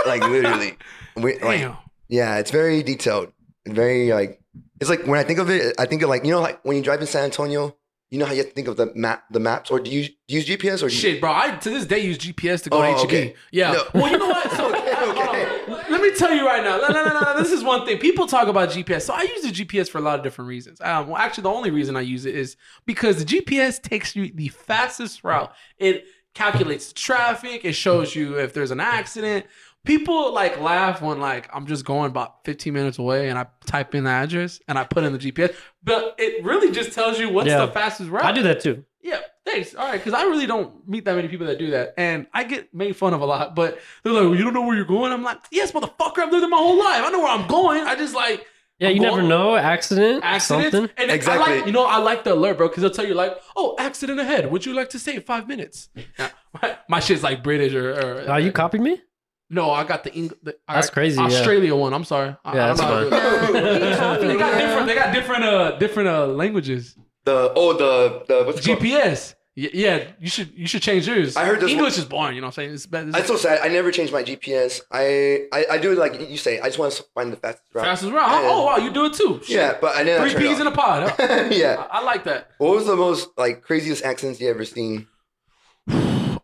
Speaker 3: Like literally, we, like,
Speaker 1: Damn.
Speaker 3: Yeah, it's very detailed. and Very like it's like when I think of it, I think of like you know like when you drive in San Antonio, you know how you have to think of the map, the maps, or do you, do you use GPS or do you-
Speaker 1: Shit, bro. I to this day use GPS to go
Speaker 3: Oh,
Speaker 1: to HEB.
Speaker 3: okay.
Speaker 1: Yeah.
Speaker 3: No.
Speaker 1: Well, you know what? So,
Speaker 3: Okay, okay.
Speaker 1: hold on. Let me tell you right now. No, no, no, no, no. This is one thing. People talk about GPS. So I use the GPS for a lot of different reasons. Um, well, actually, the only reason I use it is because the GPS takes you the fastest route. It calculates traffic. It shows you if there's an accident. People like laugh when like I'm just going about 15 minutes away and I type in the address and I put in the GPS, but it really just tells you what's
Speaker 2: Yeah.
Speaker 1: the fastest route.
Speaker 2: I do that too.
Speaker 1: Yeah, thanks. All right, because I really don't meet that many people that do that, and I get made fun of a lot. But they're like, well, "You don't know where you're going." I'm like, "Yes, motherfucker. I've lived it my whole life. I know where I'm going. I just like
Speaker 2: Yeah,
Speaker 1: I'm
Speaker 2: you never
Speaker 1: going-
Speaker 2: know. Accident,
Speaker 1: accidents."
Speaker 2: something.
Speaker 1: And I
Speaker 3: Exactly.
Speaker 1: like, you know, I like the alert, bro, because they'll tell you like, "Oh, accident ahead. Would you like to save five minutes?" Now, my, my shit's like British or, or uh,
Speaker 2: Oh, you copied me?
Speaker 1: no, I got the, Eng- the
Speaker 2: That's
Speaker 1: I-
Speaker 2: crazy, yeah.
Speaker 1: Australia one. I'm sorry. I,
Speaker 2: Yeah,
Speaker 1: I don't
Speaker 2: that's
Speaker 1: know how to do
Speaker 2: fine.
Speaker 1: it.
Speaker 4: He copied
Speaker 1: They got
Speaker 4: you.
Speaker 1: different. They got different. Uh, different uh languages.
Speaker 3: the oh the the what's it called?
Speaker 1: GPS. Y- Yeah, you should you should change yours.
Speaker 3: I heard this
Speaker 1: English is boring. You know what I'm saying? It's better.
Speaker 3: That's so sad. I never changed my GPS. I I, I do it like you say. I just want to find the fastest route.
Speaker 1: fastest route. Huh?
Speaker 3: Yeah.
Speaker 1: Oh wow, you do it too. Shit.
Speaker 3: Yeah, but I didn't.
Speaker 1: three peas in a pod. Huh?
Speaker 3: a. yeah.
Speaker 1: I I like that.
Speaker 3: What was the most like craziest accents you ever seen?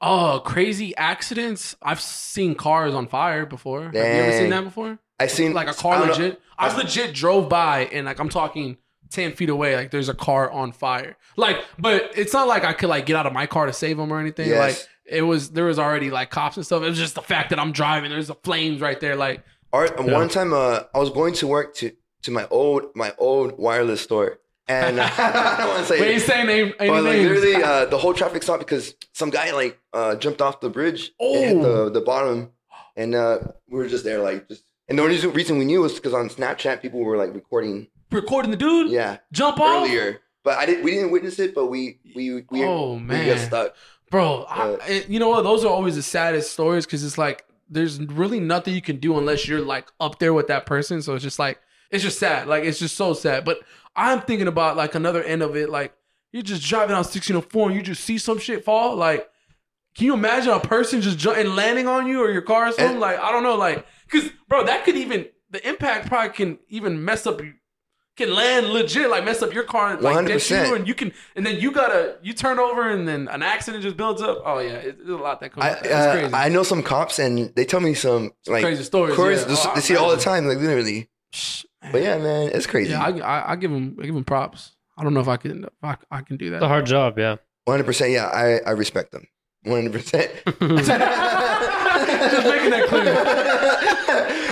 Speaker 1: Oh, crazy accidents! I've seen cars on fire before. Have you ever seen
Speaker 3: Dang.
Speaker 1: that before?
Speaker 3: I seen
Speaker 1: Like a
Speaker 3: I
Speaker 1: car
Speaker 3: don't know-
Speaker 1: legit. I legit drove by and like I'm talking ten feet away. Like there's a car on fire. Like, but it's not like I could like get out of my car to save them or anything.
Speaker 3: Yes.
Speaker 1: Like it was there was already like cops and stuff. It was just the fact that I'm driving. There's the flames right there. Like
Speaker 3: Or one time, uh, I was going to work to to my old my old wireless store, and I don't want to say.
Speaker 1: Wait, he's saying name, any
Speaker 3: But like
Speaker 1: names.
Speaker 3: literally, uh, the whole traffic stopped because some guy like uh, jumped off the bridge and hit
Speaker 1: Oh.
Speaker 3: the, the bottom, and uh, we were just there like just. And the only reason- reason we knew was because on Snapchat people were like recording,
Speaker 1: recording the dude
Speaker 3: yeah,
Speaker 1: jump off.
Speaker 3: earlier. But I didn't. We didn't witness it, but we we we, Uh,
Speaker 1: Oh,
Speaker 3: we
Speaker 1: man.
Speaker 3: got stuck.
Speaker 1: bro. I-
Speaker 3: Yeah.
Speaker 1: it- you know what? Those are always the saddest stories because it's like there's really nothing you can do unless you're like up there with that person. So it's just like it's just sad. Like it's just so sad. But I'm thinking about like another end of it. Like you're just driving on 1604 and you just see some shit fall. Like can you imagine a person just ju- and landing on you or your car or something?
Speaker 3: And-
Speaker 1: like I don't know. Like because bro, that could even the impact probably can even mess up. you- Can land legit like mess up your car and like ditch you
Speaker 3: 100%.
Speaker 1: and you can and then you gotta you turn over and then an accident just builds up oh yeah it, there's a lot that comes
Speaker 3: I
Speaker 1: with that. it's
Speaker 3: uh,
Speaker 1: crazy
Speaker 3: I know some cops, and they tell me some like
Speaker 1: crazy stories
Speaker 3: stories.
Speaker 1: yeah.
Speaker 3: They,
Speaker 1: Oh, I
Speaker 3: they see it all the
Speaker 1: imagine.
Speaker 3: time, like literally. But yeah, man, it's crazy.
Speaker 1: yeah I, I, I give him I give him props I don't know if I can if I, I can do
Speaker 2: It's a
Speaker 1: that
Speaker 2: hard job, yeah.
Speaker 3: One hundred percent. Yeah, I, I respect them. One hundred percent. Uh,
Speaker 1: Just making that clear.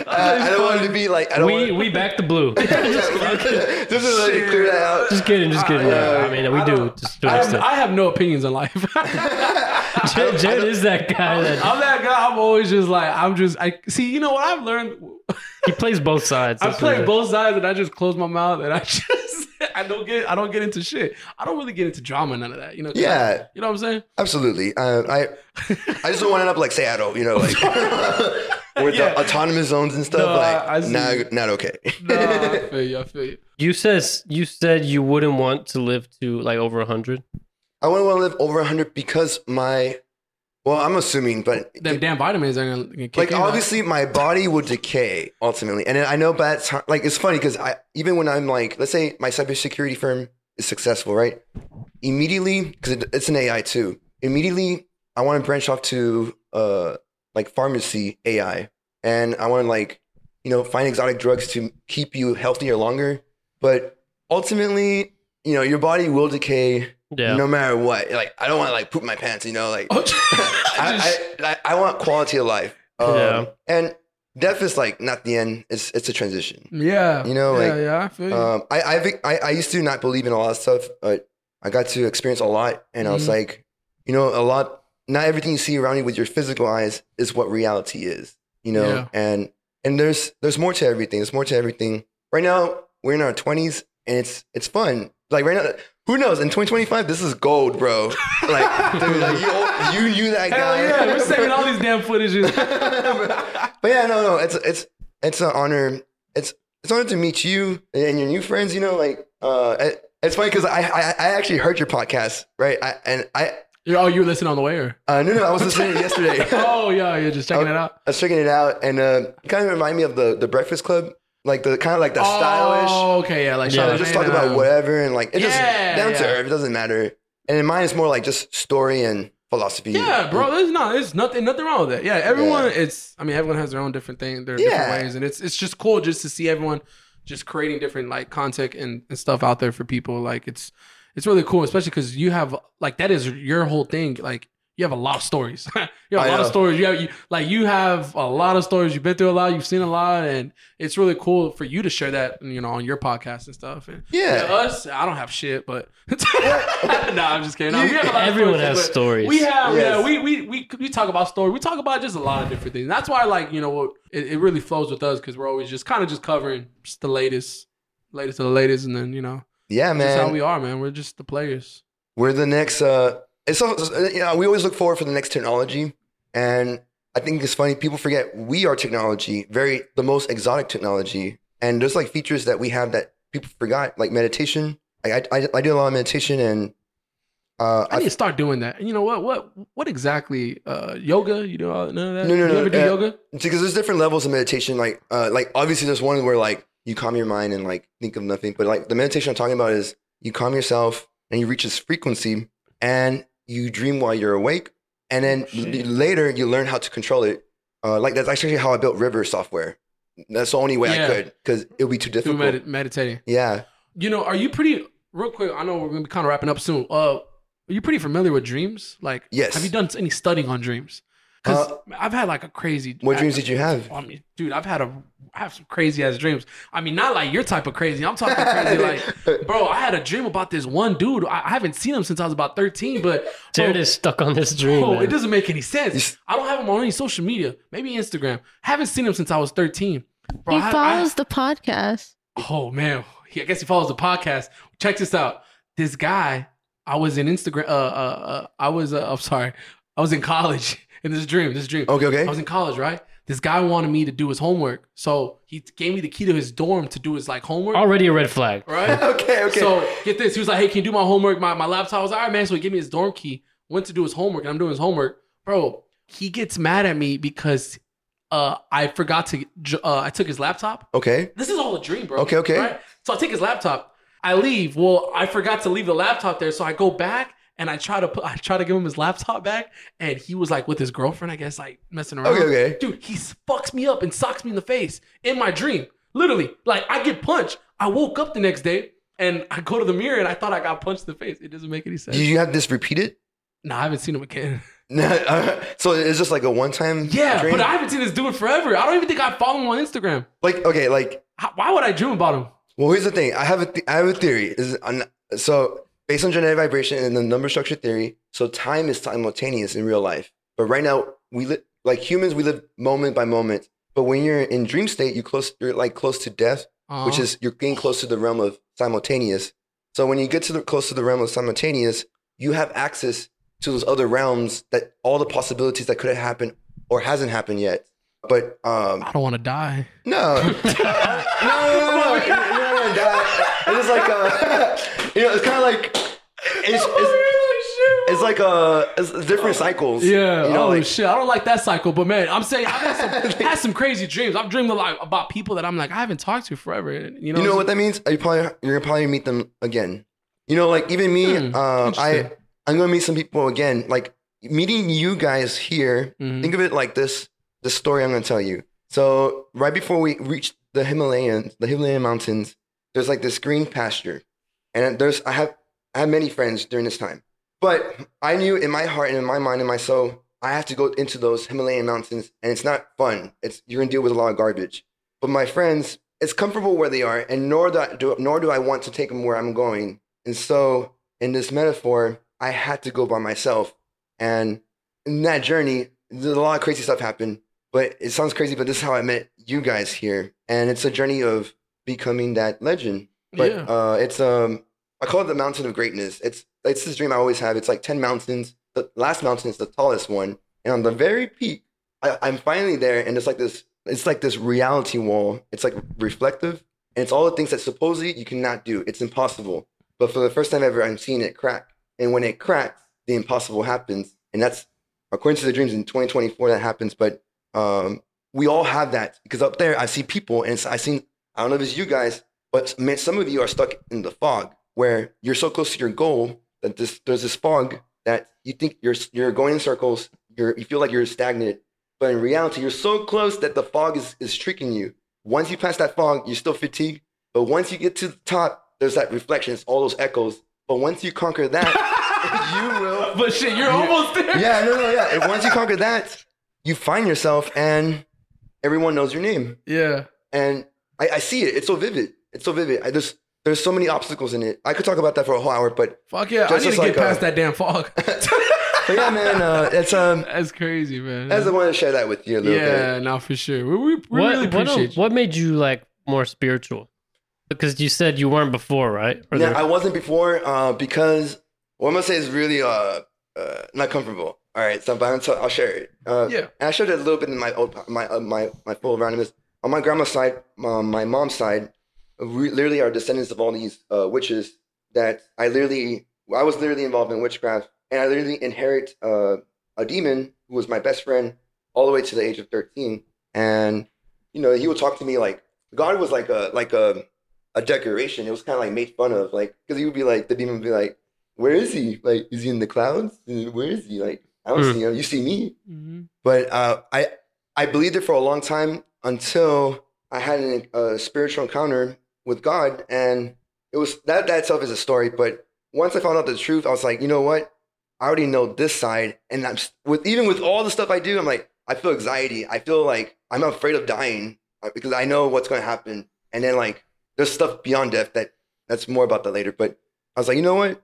Speaker 3: I don't want it to be like I don't.
Speaker 2: We
Speaker 3: want,
Speaker 2: we back the blue.
Speaker 3: just to let you clear that out.
Speaker 2: Just kidding, just kidding.
Speaker 3: Uh,
Speaker 2: I mean, we do just to
Speaker 1: I
Speaker 2: an
Speaker 1: have,
Speaker 2: extent.
Speaker 1: I have no opinions in life
Speaker 2: Jed, Jed is that guy that
Speaker 1: I'm that guy I'm always just like I'm just I see you know what I've learned
Speaker 2: he plays both sides.
Speaker 1: I
Speaker 2: that's
Speaker 1: play
Speaker 2: what it
Speaker 1: both sides and I just close my mouth and I just I don't get I don't get into shit. I don't really get into drama, none of that. You know? 'cause
Speaker 3: Yeah.
Speaker 1: I- you know what I'm saying?
Speaker 3: Absolutely. Uh, I I just don't want to end up like Seattle, you know, like with
Speaker 1: Yeah.
Speaker 3: the autonomous zones and stuff.
Speaker 1: No,
Speaker 3: like,
Speaker 1: I- I see.
Speaker 3: not not okay.
Speaker 1: Nah, I feel you. I feel you.
Speaker 2: You says you said you wouldn't want to live to like over hundred.
Speaker 3: I wouldn't want to live over 100 because my, well, I'm assuming, but
Speaker 1: Them damn vitamins are gonna, gonna kick
Speaker 3: like
Speaker 1: in, huh?
Speaker 3: obviously my body will decay ultimately, and then I know that's how- like it's funny because I even when I'm like, let's say my cybersecurity firm is successful, right? Immediately, because it, it's an AI too. Immediately, I want to branch off to uh like pharmacy AI, and I want to like you know find exotic drugs to keep you healthier longer, but ultimately. You know, your body will decay
Speaker 2: Yeah.
Speaker 3: no matter what. Like, I don't want to like poop my pants. You know, like
Speaker 1: Just-
Speaker 3: I, I, I I want quality of life. Um,
Speaker 2: Yeah.
Speaker 3: And death is like not the end. It's it's a transition.
Speaker 1: yeah.
Speaker 3: You know,
Speaker 1: yeah,
Speaker 3: like,
Speaker 1: yeah, I feel you.
Speaker 3: Um, I, I've, I I used to not believe in a lot of stuff, but I got to experience a lot, and I was
Speaker 1: Mhm.
Speaker 3: like, you know, a lot. Not everything you see around you with your physical eyes is what reality is. You know,
Speaker 1: Yeah.
Speaker 3: and and there's there's more to everything. There's more to everything. Right now we're in our twenties, and it's it's fun. Like right now. Who knows? In 2025, this is gold, bro. Like, dude, like you, you knew that
Speaker 1: Hell
Speaker 3: guy.
Speaker 1: yeah, we're saving all these damn footages.
Speaker 3: but yeah, no, no, it's it's it's an honor. It's it's an honor to meet you and your new friends. You know, like uh, it- it's funny because I, I I actually heard your podcast, right? I, and I
Speaker 1: You're, oh, you were listening on the way, or?
Speaker 3: uh, no no I was listening yesterday. I
Speaker 1: Oh yeah, you're just checking it out.
Speaker 3: was checking it out, and uh, it kind of reminded me of the the Breakfast Club, like the kind of like the stylish.
Speaker 1: Oh, okay, yeah, like um,
Speaker 2: Yeah,
Speaker 3: Yeah,
Speaker 1: yeah,
Speaker 2: they
Speaker 3: just talk about whatever and like it
Speaker 1: Yeah,
Speaker 3: just down to
Speaker 1: yeah.
Speaker 3: earth. It doesn't matter. And in mine, it's more like just story and philosophy.
Speaker 1: Yeah, bro, there's not, there's nothing, nothing wrong with that. Yeah, everyone, it's, I mean, everyone has their own different thing, their
Speaker 3: Yeah.
Speaker 1: different ways, and it's, it's just cool just to see everyone just creating different like content and, and stuff out there for people. Like it's, it's really cool, especially because you have like that is your whole thing. Like you have a lot of stories. you have
Speaker 3: I
Speaker 1: a lot of
Speaker 3: know.
Speaker 1: stories. You have you, like you have a lot of stories. You've been through a lot. You've seen a lot, and it's really cool for you to share that, you know, on your podcast and stuff. And
Speaker 3: Yeah.
Speaker 1: to us, I don't have shit, but no, I'm just kidding. No,
Speaker 3: You-
Speaker 1: we have a lot of
Speaker 2: Everyone
Speaker 1: stories,
Speaker 2: has
Speaker 1: but-
Speaker 2: stories.
Speaker 1: we have,
Speaker 3: Yes.
Speaker 1: yeah, we, we we we talk about story. We talk about just a lot of different things. That's why, like you know, it, it really flows with us because we're always just kind of just covering just the latest, latest of the latest, and then you know,
Speaker 3: yeah, man.
Speaker 1: that's how we are, man. We're just the players.
Speaker 3: we're the next uh it's also you know we always look forward for the next technology and i think it's funny people forget we are technology very the most exotic technology and there's like features that we have that people forgot like meditation like i i, I do a lot of meditation and uh
Speaker 1: I need to start doing that. And you know what? What what exactly? Uh, yoga? You do all none of that?
Speaker 3: No, no,
Speaker 1: You
Speaker 3: no,
Speaker 1: ever do
Speaker 3: uh,
Speaker 1: yoga?
Speaker 3: because there's different levels of meditation like uh like obviously there's one where like you calm your mind and like think of nothing but like the meditation i'm talking about is you calm yourself and you reach this frequency and you dream while you're awake and then l- later you learn how to control it uh like that's actually how i built river software that's the only way
Speaker 1: Yeah.
Speaker 3: i could because it would be too
Speaker 1: Through
Speaker 3: difficult
Speaker 1: med- meditating.
Speaker 3: yeah
Speaker 1: You know, are you pretty? Real quick, I know we're gonna be kind of wrapping up soon. Uh, are you pretty familiar with dreams? Like,
Speaker 3: Yes. Uh,
Speaker 1: Have you done any studying on dreams? Because I've had like a crazy.
Speaker 3: what dreams did you have
Speaker 1: I mean, dude, I've had a I have some crazy ass dreams. I mean, not like your type of crazy. I'm talking crazy like, bro. I had a dream about this one dude. I, I haven't seen him since I was about 13, but
Speaker 2: Jared is stuck on this dream.
Speaker 1: bro,
Speaker 2: man.
Speaker 1: Oh, it doesn't make any sense. I don't have him on any social media. Maybe Instagram. Haven't seen him since I was 13. Bro,
Speaker 4: He
Speaker 1: I- I-
Speaker 4: follows the podcast.
Speaker 1: Oh man, he, I guess he follows the podcast. Check this out. This guy, I was in Instagram. Uh, uh, uh I was. Uh, I'm sorry. I was in college in this dream. This dream.
Speaker 3: okay okay
Speaker 1: I was in college, right? This guy wanted me to do his homework, so he t- gave me the key to his dorm to do his like homework,
Speaker 2: Already a red flag.
Speaker 1: right?
Speaker 3: okay okay
Speaker 1: So get this, he was like, "Hey, can you do my homework? My my laptop." I was like, "All right, man." So he gave me his dorm key. Went to do his homework, and I'm doing his homework, bro. He gets mad at me because uh, I forgot to. j- Uh, I took his laptop.
Speaker 3: okay
Speaker 1: This is all a dream, bro.
Speaker 3: Okay, okay.
Speaker 1: Right? So I take his laptop. I leave. Well, I forgot to leave the laptop there, so I go back and I try to put, I try to give him his laptop back, and he was like with his girlfriend, I guess, like messing around.
Speaker 3: Okay, okay.
Speaker 1: Dude, he fucks me up and socks me in the face in my dream. Literally, like I get punched. I woke up the next day and I go to the mirror and I thought I got punched in the face. It doesn't make any sense.
Speaker 3: did you have this repeated uh,
Speaker 1: no, I haven't seen him again.
Speaker 3: so it's just like a one-time
Speaker 1: Yeah,
Speaker 3: dream?
Speaker 1: but I haven't seen this dude in forever. I don't even think I follow him on Instagram.
Speaker 3: like okay like
Speaker 1: How- why would I dream about him?
Speaker 3: Well, here's the thing. I have a th- I have a theory. Is on- so based on genetic vibration and the number structure theory. So time is simultaneous in real life, but right now we live like humans. We live moment by moment. But when you're in dream state, you close. You're like close to death, which
Speaker 1: Uh-huh.
Speaker 3: is you're getting close to the realm of simultaneous. So when you get to the close to the realm of simultaneous, you have access to those other realms that all the possibilities that could have happened or hasn't happened yet. But um,
Speaker 1: I don't want to die.
Speaker 3: no. no, no, no, no, no, no, no, no. It's like uh, you know, it's kind of like it's, it's, it's like uh, it's different cycles.
Speaker 1: Yeah.
Speaker 3: you know,
Speaker 1: holy
Speaker 3: like,
Speaker 1: shit. I don't like that cycle, but man, I'm saying I've had some, had some crazy dreams. I've dreamed a lot about people that I'm like I haven't talked to forever. and, You know.
Speaker 3: you know what that means? You probably you're gonna probably meet them again. You know, like even me,
Speaker 1: Hmm,
Speaker 3: uh, I
Speaker 1: interesting.
Speaker 3: I'm gonna meet some people again. Like meeting you guys here.
Speaker 1: Mhm.
Speaker 3: Think of it like this: the story I'm gonna tell you. So right before we reached the Himalayan, the Himalayan mountains, there's like this green pasture, and there's I have I have many friends during this time, but I knew in my heart and in my mind and my soul I have to go into those Himalayan mountains, and it's not fun. It's you're gonna deal with a lot of garbage. But my friends, it's comfortable where they are, and nor do I, do, nor do I want to take them where I'm going. And so, in this metaphor, I had to go by myself. And in that journey, there's a lot of crazy stuff happened. But it sounds crazy, but this is how I met you guys here, and it's a journey of becoming that legend. But
Speaker 1: Mm-hmm. Yeah.
Speaker 3: uh, it's um, I call it the mountain of greatness. It's it's this dream I always have. It's like ten mountains. The last mountain is the tallest one, and on the very peak, I, I'm finally there, and it's like this. It's like this reality wall. It's like reflective, and it's all the things that supposedly you cannot do. It's impossible. But for the first time ever, I'm seeing it crack. And when it cracks, the impossible happens. And that's according to the dreams in 2024 that happens. But um, we all have that because up there, I see people, and it's, I seen. I don't know if it's you guys, but man, some of you are stuck in the fog where you're so close to your goal that this there's this fog that you think you're you're going in circles. You're you feel like you're stagnant, but in reality, you're so close that the fog is is tricking you. Once you pass that fog, you're still fatigued. But once you get to the top, there's that reflection, it's all those echoes. But once you conquer that, you will.
Speaker 1: But shit, you're almost there.
Speaker 3: Yeah, no, no, yeah. And once you conquer that, you find yourself, and everyone knows your name.
Speaker 1: Yeah.
Speaker 3: And I, I see it. It's so vivid. It's so vivid. I just there's so many obstacles in it. I could talk about that for a whole hour, but,
Speaker 1: Fuck yeah.
Speaker 3: Just-
Speaker 1: I need
Speaker 3: just
Speaker 1: to get
Speaker 3: like,
Speaker 1: past
Speaker 3: uh,
Speaker 1: that damn fog.
Speaker 3: but yeah, man, uh, it's um.
Speaker 1: That's crazy, man.
Speaker 3: As I wanted to share that with you a little
Speaker 1: yeah, no, for sure. We, we, we
Speaker 2: what,
Speaker 1: really
Speaker 2: what,
Speaker 1: appreciate you.
Speaker 2: what made you like more spiritual? Because you said you weren't before, right? Or
Speaker 3: bit. Yeah,
Speaker 2: there-
Speaker 3: I wasn't before uh, because what I'm gonna say is really uh, uh not comfortable. All right, so but I'm t- I'll share it. Uh,
Speaker 1: Yeah.
Speaker 3: And I showed it a little bit in my old, my uh, my my full randomness. On my grandma's side, um, my mom's side, we literally are descendants of all these uh, witches that I literally I was literally involved in witchcraft, and I literally inherit uh, a demon who was my best friend all the way to the age of thirteen, and you know he would talk to me like God was like a like a a decoration. It was kind of like made fun of, like because he would be like the demon would be like, "Where is he? Like, is he in the clouds? Where is he? Like, I don't
Speaker 2: Hmm.
Speaker 3: see him. You see me?"
Speaker 1: Mhm.
Speaker 3: But uh, I I believed it for a long time until I had an, a spiritual encounter with God, and it was that that itself is a story. But once I found out the truth, I was like, you know what? I already know this side, and I'm s- with even with all the stuff I do, I'm like, I feel anxiety. I feel like I'm afraid of dying uh, because I know what's going to happen. And then like, there's stuff beyond death that that's more about that later. But I was like, you know what?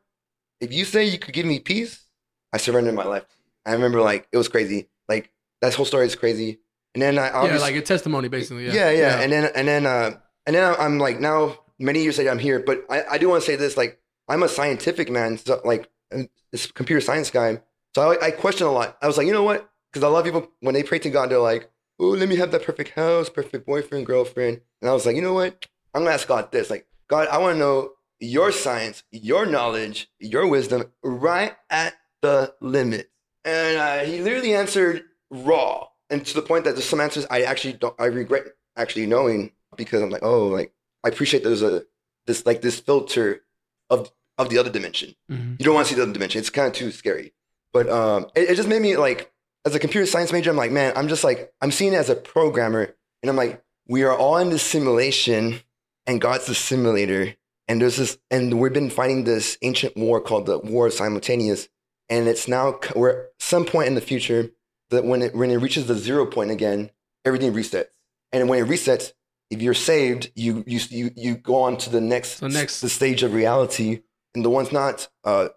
Speaker 3: If you say you could give me peace, I surrendered my life. I remember like it was crazy. Like that whole story is crazy. And then I
Speaker 1: Yeah,
Speaker 3: obviously
Speaker 1: like your testimony, basically. Yeah,
Speaker 3: yeah, yeah, And then and then uh and then I'm like now many years later I'm here, but I, I do want to say this like I'm a scientific man, so like I'm this computer science guy. So I, I question a lot. I was like, you know what? Because a lot of people when they pray to God, they're like, "Oh, let me have that perfect house, perfect boyfriend, girlfriend." And I was like, you know what? I'm gonna ask God this. Like, God, I want to know your science, your knowledge, your wisdom, right at the limit. And uh, he literally answered raw, and to the point that there's some answers I actually don't. I regret actually knowing because I'm like, oh, like I appreciate there's a this like this filter of of the other dimension.
Speaker 1: Mhm.
Speaker 3: You don't want to see the other dimension. It's kind of too scary. But um, it, it just made me like, as a computer science major, I'm like, man, I'm just like, I'm seeing it as a programmer, and I'm like, we are all in this simulation, and God's the simulator, and there's this, and we've been fighting this ancient war called the War of Simultaneous, and it's now c- we're some point in the future that when it when it reaches the zero point again, everything resets, and when it resets, if you're saved, you you you you go on to the next
Speaker 1: So next-
Speaker 3: the stage of reality, and the one's not uh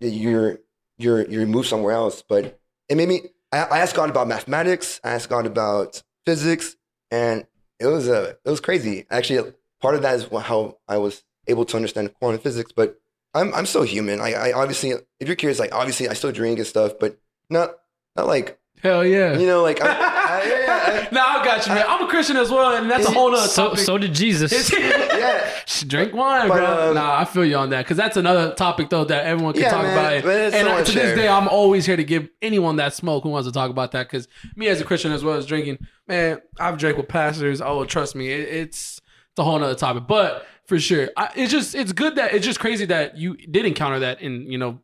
Speaker 3: you're you're you're moved somewhere else, but it made me I, I asked God about mathematics, I asked God about physics, and it was uh, it was crazy. Actually, part of that is wh- how I was able to understand quantum physics. But I'm I'm so human. I, I obviously, if you're curious, like obviously, I still drink and stuff, but not not like
Speaker 1: Hell yeah.
Speaker 3: you know, like
Speaker 1: nah,
Speaker 3: I'm, I, yeah,
Speaker 1: I got you, man. I'm a Christian as well, and that's a whole nother
Speaker 2: So,
Speaker 1: topic.
Speaker 2: so did Jesus.
Speaker 3: I, yeah.
Speaker 1: Drink wine,
Speaker 3: But,
Speaker 1: bro.
Speaker 3: um,
Speaker 1: nah, I feel you on that because that's another topic though that everyone can
Speaker 3: Yeah,
Speaker 1: talk
Speaker 3: man,
Speaker 1: about. It.
Speaker 3: but it's so
Speaker 1: And uh,
Speaker 3: much
Speaker 1: to this
Speaker 3: there.
Speaker 1: day, I'm always here to give anyone that smoke who wants to talk about that because me as a Christian as well as drinking, man, I've drank with pastors. Oh, trust me, it, it's it's a whole nother topic, but for sure, I, it's just it's good that it's just crazy that you did encounter that and you know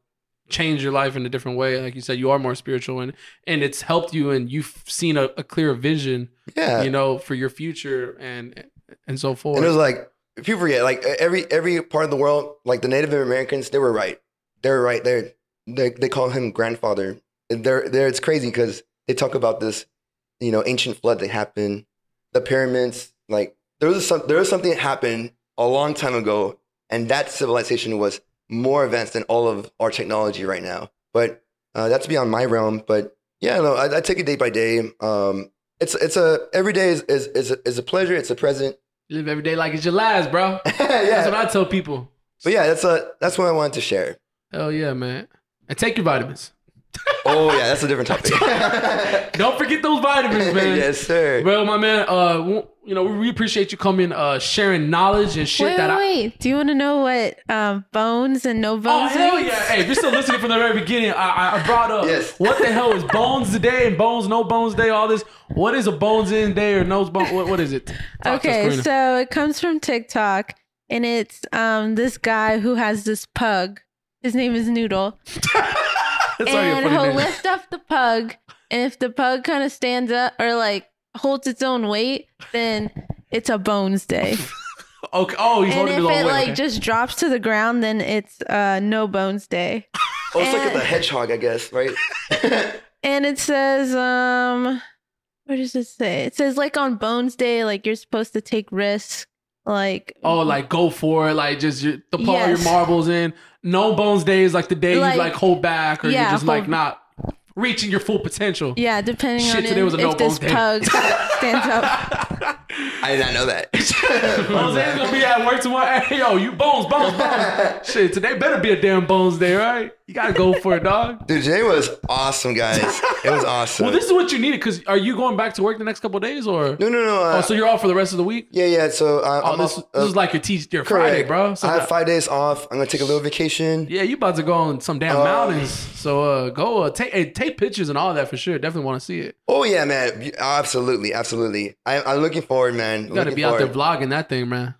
Speaker 1: change your life in a different way. Like you said, you are more spiritual and and it's helped you and you've seen a, a clearer vision,
Speaker 3: yeah.
Speaker 1: you know, for your future and and so forth.
Speaker 3: And it was like people forget, like e-, every every part of the world, like the Native Americans, they were right. They were right. They they they call him grandfather. They're, they're, it's crazy because they talk about this, you know, ancient flood that happened, the pyramids. Like there was some, there was something that happened a long time ago, and that civilization was more advanced than all of our technology right now. But uh, that's beyond my realm. But yeah, no, I, I take it day by day. Um, it's it's a every day is is is a, is a pleasure. It's a present.
Speaker 1: Live every day like it's your last, bro.
Speaker 3: yeah.
Speaker 1: That's what I tell people.
Speaker 3: But yeah, that's a that's what I wanted to share.
Speaker 1: Hell yeah, man. And take your vitamins.
Speaker 3: Oh yeah, that's a different topic.
Speaker 1: Don't forget those vitamins, man.
Speaker 3: yes, sir.
Speaker 1: Well, my man, uh, we- you know, we appreciate you coming, uh, sharing knowledge and shit
Speaker 4: wait,
Speaker 1: that I.
Speaker 4: wait, wait. Do you want to know what um, bones and no
Speaker 1: Oh
Speaker 4: bones?
Speaker 1: hell
Speaker 4: means?
Speaker 1: yeah! Hey, if you're still listening from the very beginning, I, I- I brought up
Speaker 3: Yes.
Speaker 1: what the hell is bones today and bones no bones day. All this, what is a bones in day or no bone? What, what is it? Talk to us,
Speaker 4: Okay,
Speaker 1: Karina.
Speaker 4: so it comes from TikTok, and it's um this guy who has this pug. His name is Noodle,
Speaker 1: That's already a
Speaker 4: and
Speaker 1: funny
Speaker 4: he'll
Speaker 1: name.
Speaker 4: lift up the pug, and if the pug kind of stands up or like holds its own weight, then it's a bones day.
Speaker 1: Okay. Oh, he's
Speaker 4: and
Speaker 1: holding
Speaker 4: if
Speaker 1: it
Speaker 4: it
Speaker 1: all
Speaker 4: like
Speaker 1: way. Okay.
Speaker 4: just drops to the ground, then it's uh no bones day.
Speaker 3: oh, it's like
Speaker 4: and-
Speaker 3: the hedgehog, I guess, right?
Speaker 4: And it says, um, what does it say? It says like on Bones Day, like you're supposed to take risks, like
Speaker 1: Oh, like go for it. Like just your, the all your
Speaker 4: Yes.
Speaker 1: marbles in. No bones day is like the day
Speaker 4: Like-
Speaker 1: you like hold back or
Speaker 4: yeah,
Speaker 1: you're just like
Speaker 4: hold-
Speaker 1: not reaching your full potential.
Speaker 4: yeah, depending
Speaker 1: Shit,
Speaker 4: on
Speaker 1: today
Speaker 4: if-
Speaker 1: was a no
Speaker 4: if this
Speaker 1: Bones Day.
Speaker 4: pug stands up.
Speaker 3: I did not know that.
Speaker 1: Bones Day's gonna be at work tomorrow. Hey, yo, you bones, bones, bones. Shit, today better be a damn bones day, right? You gotta go for it, dog.
Speaker 3: Dude, today was awesome, guys. It was awesome.
Speaker 1: Well, this is what you needed because are you going back to work the next couple days or?
Speaker 3: no, no, no. Uh,
Speaker 1: Oh, so you're off for the rest of the week?
Speaker 3: yeah, yeah. So uh,
Speaker 1: Oh,
Speaker 3: I'm
Speaker 1: this,
Speaker 3: off,
Speaker 1: this
Speaker 3: uh,
Speaker 1: is like your teach your
Speaker 3: correct.
Speaker 1: Friday, bro. So
Speaker 3: I have
Speaker 1: that-
Speaker 3: five days off. I'm gonna take a little vacation.
Speaker 1: Yeah, you about to go on some damn
Speaker 3: Um,
Speaker 1: mountains. So uh, go uh, take hey, take pictures and all that for sure. Definitely want to see it.
Speaker 3: Oh yeah, man. You- Absolutely, absolutely. I, I'm looking forward, man.
Speaker 1: You gotta
Speaker 3: Looking
Speaker 1: be out there
Speaker 3: forward.
Speaker 1: vlogging that thing, man.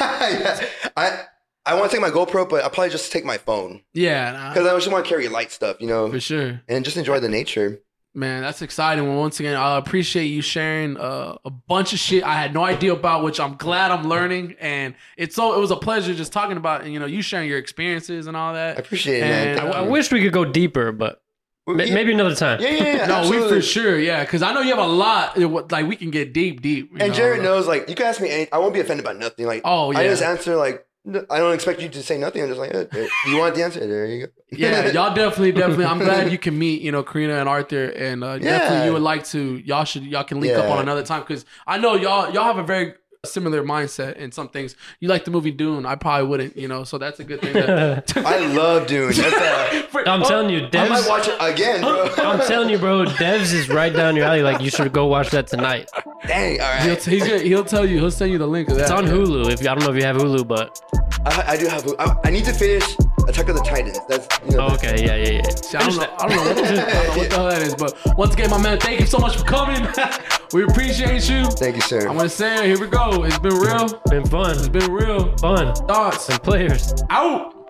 Speaker 3: Yeah. I I want to take my GoPro, but I'll probably just take my phone
Speaker 1: Yeah, nah,
Speaker 3: because I just want to carry light stuff, you know,
Speaker 1: for sure.
Speaker 3: and just enjoy the nature.
Speaker 1: Man, that's exciting. Well, once again, I appreciate you sharing uh, a bunch of shit I had no idea about, which I'm glad I'm learning. And it's so it was a pleasure just talking about and you know you sharing your experiences and all
Speaker 3: I
Speaker 1: that.
Speaker 3: appreciate it,
Speaker 1: And
Speaker 3: man.
Speaker 2: I,
Speaker 3: Thank
Speaker 2: I
Speaker 3: you.
Speaker 2: wish we could go deeper, but
Speaker 3: Well,
Speaker 2: ma-
Speaker 3: yeah,
Speaker 2: maybe another time.
Speaker 3: Yeah, yeah, yeah.
Speaker 1: no,
Speaker 3: absolutely.
Speaker 1: we for sure, yeah, because I know you have a lot. it wa- Like we can get deep, deep. you
Speaker 3: And
Speaker 1: know,
Speaker 3: Jared
Speaker 1: like-
Speaker 3: knows, like, you can ask me any. I won't be offended by nothing. Like,
Speaker 1: Oh,
Speaker 3: I
Speaker 1: yeah.
Speaker 3: just answer like, n- I don't expect you to say nothing. I'm just like, eh, eh, you want the answer? There you go.
Speaker 1: yeah, y'all definitely, definitely. I'm glad you can meet, you know, Karina and Arthur, and uh,
Speaker 3: Yeah.
Speaker 1: definitely you would like to. Y'all should, y'all can link up
Speaker 3: Yeah.
Speaker 1: on another time because I know y'all, y'all have a very similar mindset in some things. You like the movie Dune, I probably wouldn't, you know. So that's a good thing. That,
Speaker 3: I love Dune. That's, uh,
Speaker 1: For-
Speaker 2: I'm
Speaker 1: oh,
Speaker 2: telling you,
Speaker 3: I might
Speaker 2: Devs.
Speaker 3: watch it again, bro.
Speaker 2: I'm telling you, bro. Devs is right down your alley. Like you should go watch that tonight.
Speaker 3: Dang, all
Speaker 1: He'll,
Speaker 3: right.
Speaker 1: t- he's gonna, he'll tell you. He'll send you the link of that.
Speaker 2: It's on Hulu. If I don't know if you have Hulu, but
Speaker 3: I, I do have. I, I need to finish Attack of the Titans. That's you know.
Speaker 2: oh, okay, yeah, yeah, yeah.
Speaker 1: See, I, don't know, I don't know what, I don't know what the hell that is, but once again, my man, thank you so much for coming. we appreciate you.
Speaker 3: Thank you, sir.
Speaker 1: I'm gonna say it. Here we go. It's been real.
Speaker 2: Been fun,
Speaker 1: It's been real.
Speaker 2: fun.
Speaker 1: Thoughts
Speaker 2: Some players.
Speaker 1: out.